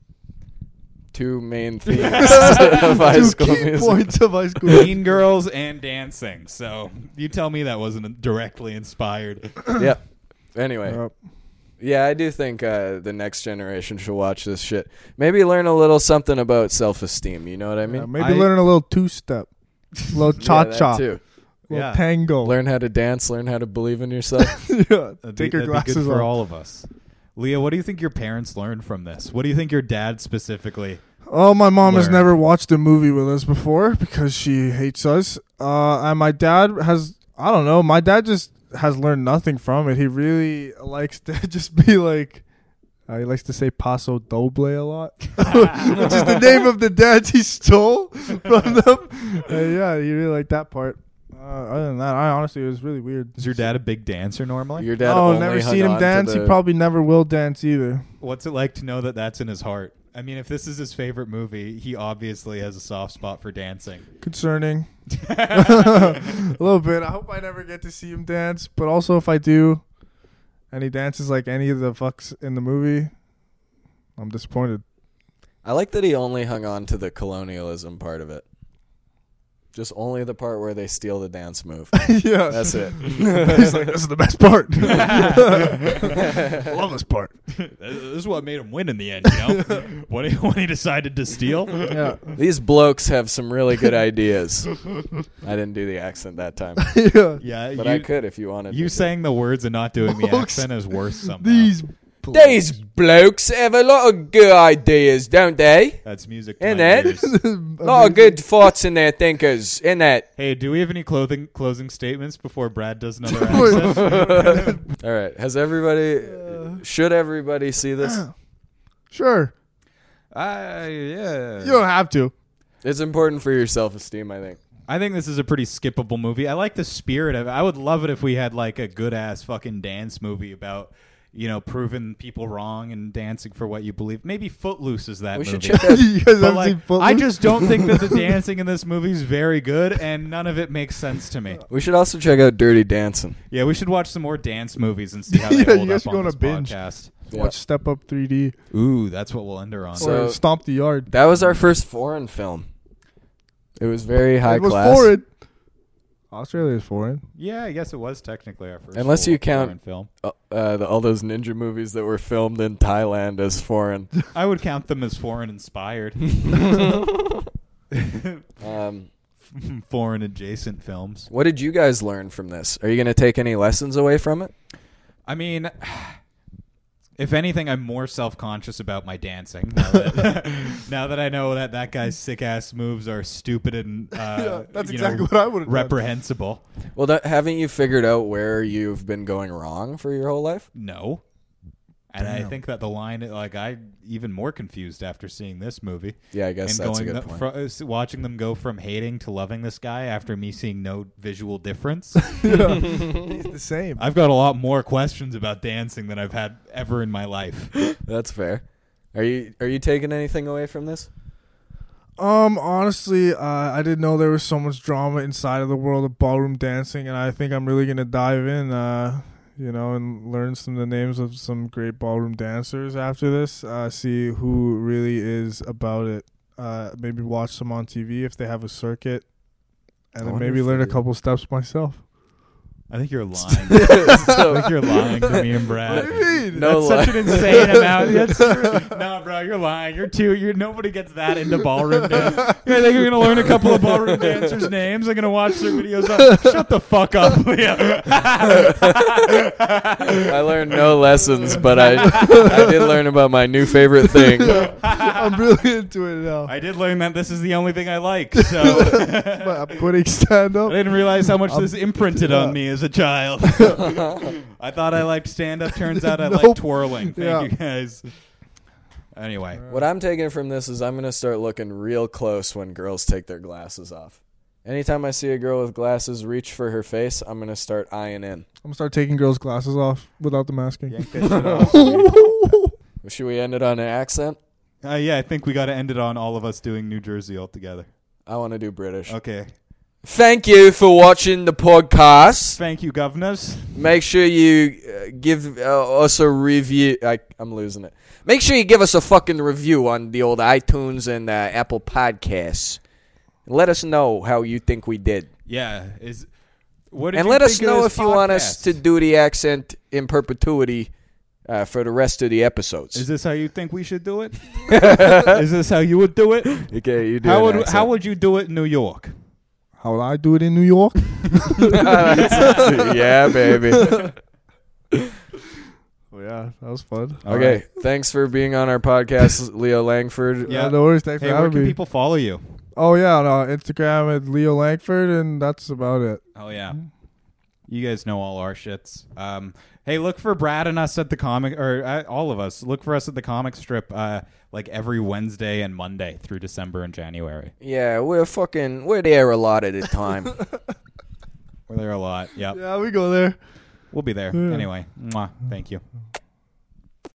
S1: Two main themes of High
S3: Two
S1: School
S3: key
S1: Musical.
S3: points of high school.
S2: mean Girls and dancing. So you tell me that wasn't directly inspired.
S1: Yep. Anyway,
S3: Yep.
S1: yeah, I do think uh, the next generation should watch this shit. Maybe learn a little something about self-esteem. You know what I
S3: Yeah,
S1: mean?
S3: maybe
S2: I-
S3: learn a little two step, little cha
S1: that
S3: cha,
S1: too.
S3: little
S2: Yeah.
S3: tango.
S1: Learn how to dance. Learn how to believe in yourself.
S3: yeah.
S2: That'd be-
S3: Take your
S2: that'd be good
S3: glasses
S2: for
S3: off.
S2: all of us. Leah, what do you think your parents learned from this? What do you think your dad specifically?
S3: Oh, my mom has
S2: Learn.
S3: never watched a movie with us before because she hates us. Uh, and my dad has, I don't know, my dad just has learned nothing from it. He really likes to just be like, uh, he likes to say Paso Doble a lot, which is the name of the dance he stole from them. Uh, yeah, he really liked that part. Uh, other than that, I honestly, it was really weird.
S2: Is your dad a big dancer normally?
S1: Your dad.
S3: oh,
S1: only
S3: never
S1: hung
S3: seen
S1: on
S3: him
S1: to
S3: dance.
S1: the-
S3: He probably never will dance either.
S2: What's it like to know that that's in his heart? I mean, if this is his favorite movie, he obviously has a soft spot for dancing.
S3: Concerning. a little bit. I hope I never get to see him dance, but also if I do, and he dances like any of the fucks in the movie, I'm disappointed.
S1: I like that he only hung on to the colonialism part of it. Just only the part where they steal the dance move.
S3: yeah,
S1: That's it.
S3: He's like, this is the best part. Love this part.
S2: This is what made him win in the end, you know? when, he, when he decided to steal.
S3: Yeah,
S1: These blokes have some really good ideas. I didn't do the accent that time,
S3: yeah.
S2: Yeah,
S1: but
S2: you,
S1: I could if you wanted.
S2: you
S1: me
S2: saying the words and not doing the
S3: Folks,
S2: accent is worse somehow.
S3: These.
S1: to. these blokes have a lot of good ideas, don't they?
S2: That's music.
S1: And
S2: And
S1: then- A lot of good thoughts in their thinkers, in that.
S2: Hey, do we have any clothing closing statements before Brad does another
S3: Wait.
S2: accent?
S1: All right, has everybody? should everybody see this?
S3: Sure,
S2: Uh, yeah.
S3: you don't have to.
S1: It's important for your self-esteem, I think.
S2: I think this is a pretty skippable movie. I like the spirit of it. I would love it if we had like a good ass fucking dance movie about you know, proving people wrong and dancing for what you believe. Maybe Footloose is that
S1: We
S2: movie.
S1: should check out.
S3: you guys
S2: But
S3: haven't
S2: like,
S3: seen Footloose?
S2: I just don't think that the dancing in this movie is very good, and none of it makes sense to me.
S1: We should also check out Dirty Dancing.
S2: Yeah, we should watch some more dance movies and see how they
S3: Yeah,
S2: hold
S3: you
S2: up
S3: guys should
S2: on,
S3: go on a
S2: this
S3: binge.
S2: podcast.
S1: Yeah.
S3: watch Step Up 3D
S2: Ooh, that's what we'll end her on.
S1: So-
S3: or Stomp the Yard.
S1: That was our first foreign film. It was very high
S3: it was
S1: class.
S3: foreign. Australia is foreign.
S2: yeah, I guess it was technically our first.
S1: Unless
S2: full
S1: you count-
S2: foreign film,
S1: Uh, uh, the, all those ninja movies that were filmed in Thailand as foreign.
S2: I would count them as foreign inspired,
S1: Um,
S2: foreign adjacent films.
S1: what did you guys learn from this? Are you going to take any lessons away from it?
S2: I mean, if anything, I'm more self conscious about my dancing now that, now that I know that that guy's sick ass moves are stupid and uh,
S3: that's
S2: you
S3: exactly
S2: know,
S3: what I would have
S2: reprehensible.
S1: Well, that, haven't you figured out where you've been going wrong for your whole life?
S2: No. And I
S3: Damn.
S2: think that the line, like, I even more confused after seeing this movie.
S1: Yeah, I guess
S2: and
S1: that's a
S2: going
S1: good
S2: the-
S1: point.
S2: fro- uh, s- watching them go from hating to loving this guy after me seeing no visual difference.
S3: done. He's the same.
S2: I've got a lot more questions about dancing than I've had ever in my life.
S1: that's fair. Are you are you taking anything away from this?
S3: Um, honestly, uh, I didn't know there was so much drama inside of the world of ballroom dancing, and I think I'm really gonna dive in. Uh, you know, and learn some of the names of some great ballroom dancers after this. Uh, see who really is about it. Uh, maybe watch some on TV if they have a circuit,
S1: I
S3: and then
S1: wonder
S3: maybe
S1: if they
S3: learn a
S1: do.
S3: couple steps myself.
S2: I think you're lying. I think you're lying to me and Brad.
S3: mean?
S1: No
S2: That's
S1: lie.
S2: such an insane amount. That's true. No, bro, you're lying. You're too. You're nobody gets that into ballroom dance. I think you're gonna learn a couple of ballroom dancers' names. I'm gonna watch their videos. On, shut the fuck up, Leah.
S1: I learned no lessons, but I I did learn about my new favorite thing.
S3: I'm really into it now.
S2: I did learn that this is the only thing I like. So
S3: but I'm putting stand
S2: I
S3: up.
S2: didn't realize how much this imprinted on me as a child. I thought I liked stand up. Turns out I like
S3: Nope.
S2: twirling. Thank
S3: Yeah.
S2: you guys. Anyway,
S1: What I'm taking from this is I'm going to start looking real close when girls take their glasses off. Anytime I see a girl with glasses reach for her face, I'm going to start eyeing in.
S3: I'm gonna start taking girls' glasses off without the masking.
S1: Should we end it on an accent?
S2: uh, yeah, I think we got to end it on all of us doing New Jersey altogether.
S1: I want to do British.
S2: Okay.
S1: Thank you for watching the podcast.
S2: Thank you, governors.
S1: Make sure you uh, give uh, us a review. I, I'm losing it. Make sure you give us a fucking review on the old iTunes and uh, Apple Podcasts. Let us know how you think we did.
S2: Yeah. Is what? Did
S1: and
S2: you
S1: let us
S2: think of
S1: know
S2: this
S1: if you want us
S2: podcast?
S1: to do the accent in perpetuity uh, for the rest of the episodes.
S2: Is this how you think we should do it? Is this how you would do it?
S1: okay, you
S2: How would how would you do it in New York?
S3: How would I do it in New York?
S1: yeah, baby.
S3: Oh, yeah, that was fun.
S2: All
S1: Okay,
S2: right.
S1: thanks for being on our podcast, Leo Langford.
S2: Yeah.
S3: Yeah, no worries. Thanks
S2: Hey,
S3: for
S2: where
S3: having
S2: can
S3: me.
S2: people follow you?
S3: oh yeah, on uh, Instagram at Leo Langford, and that's about it.
S2: Oh yeah. You guys know all our shits. Um, hey, look for Brad and us at the comic, or uh, all of us. Look for us at the comic strip, uh, like every Wednesday and Monday through December and January.
S1: Yeah, we're fucking we're there a lot at a time.
S2: We're there a lot. Yep.
S3: Yeah, we go there.
S2: We'll be there. Anyway, mwah. thank you.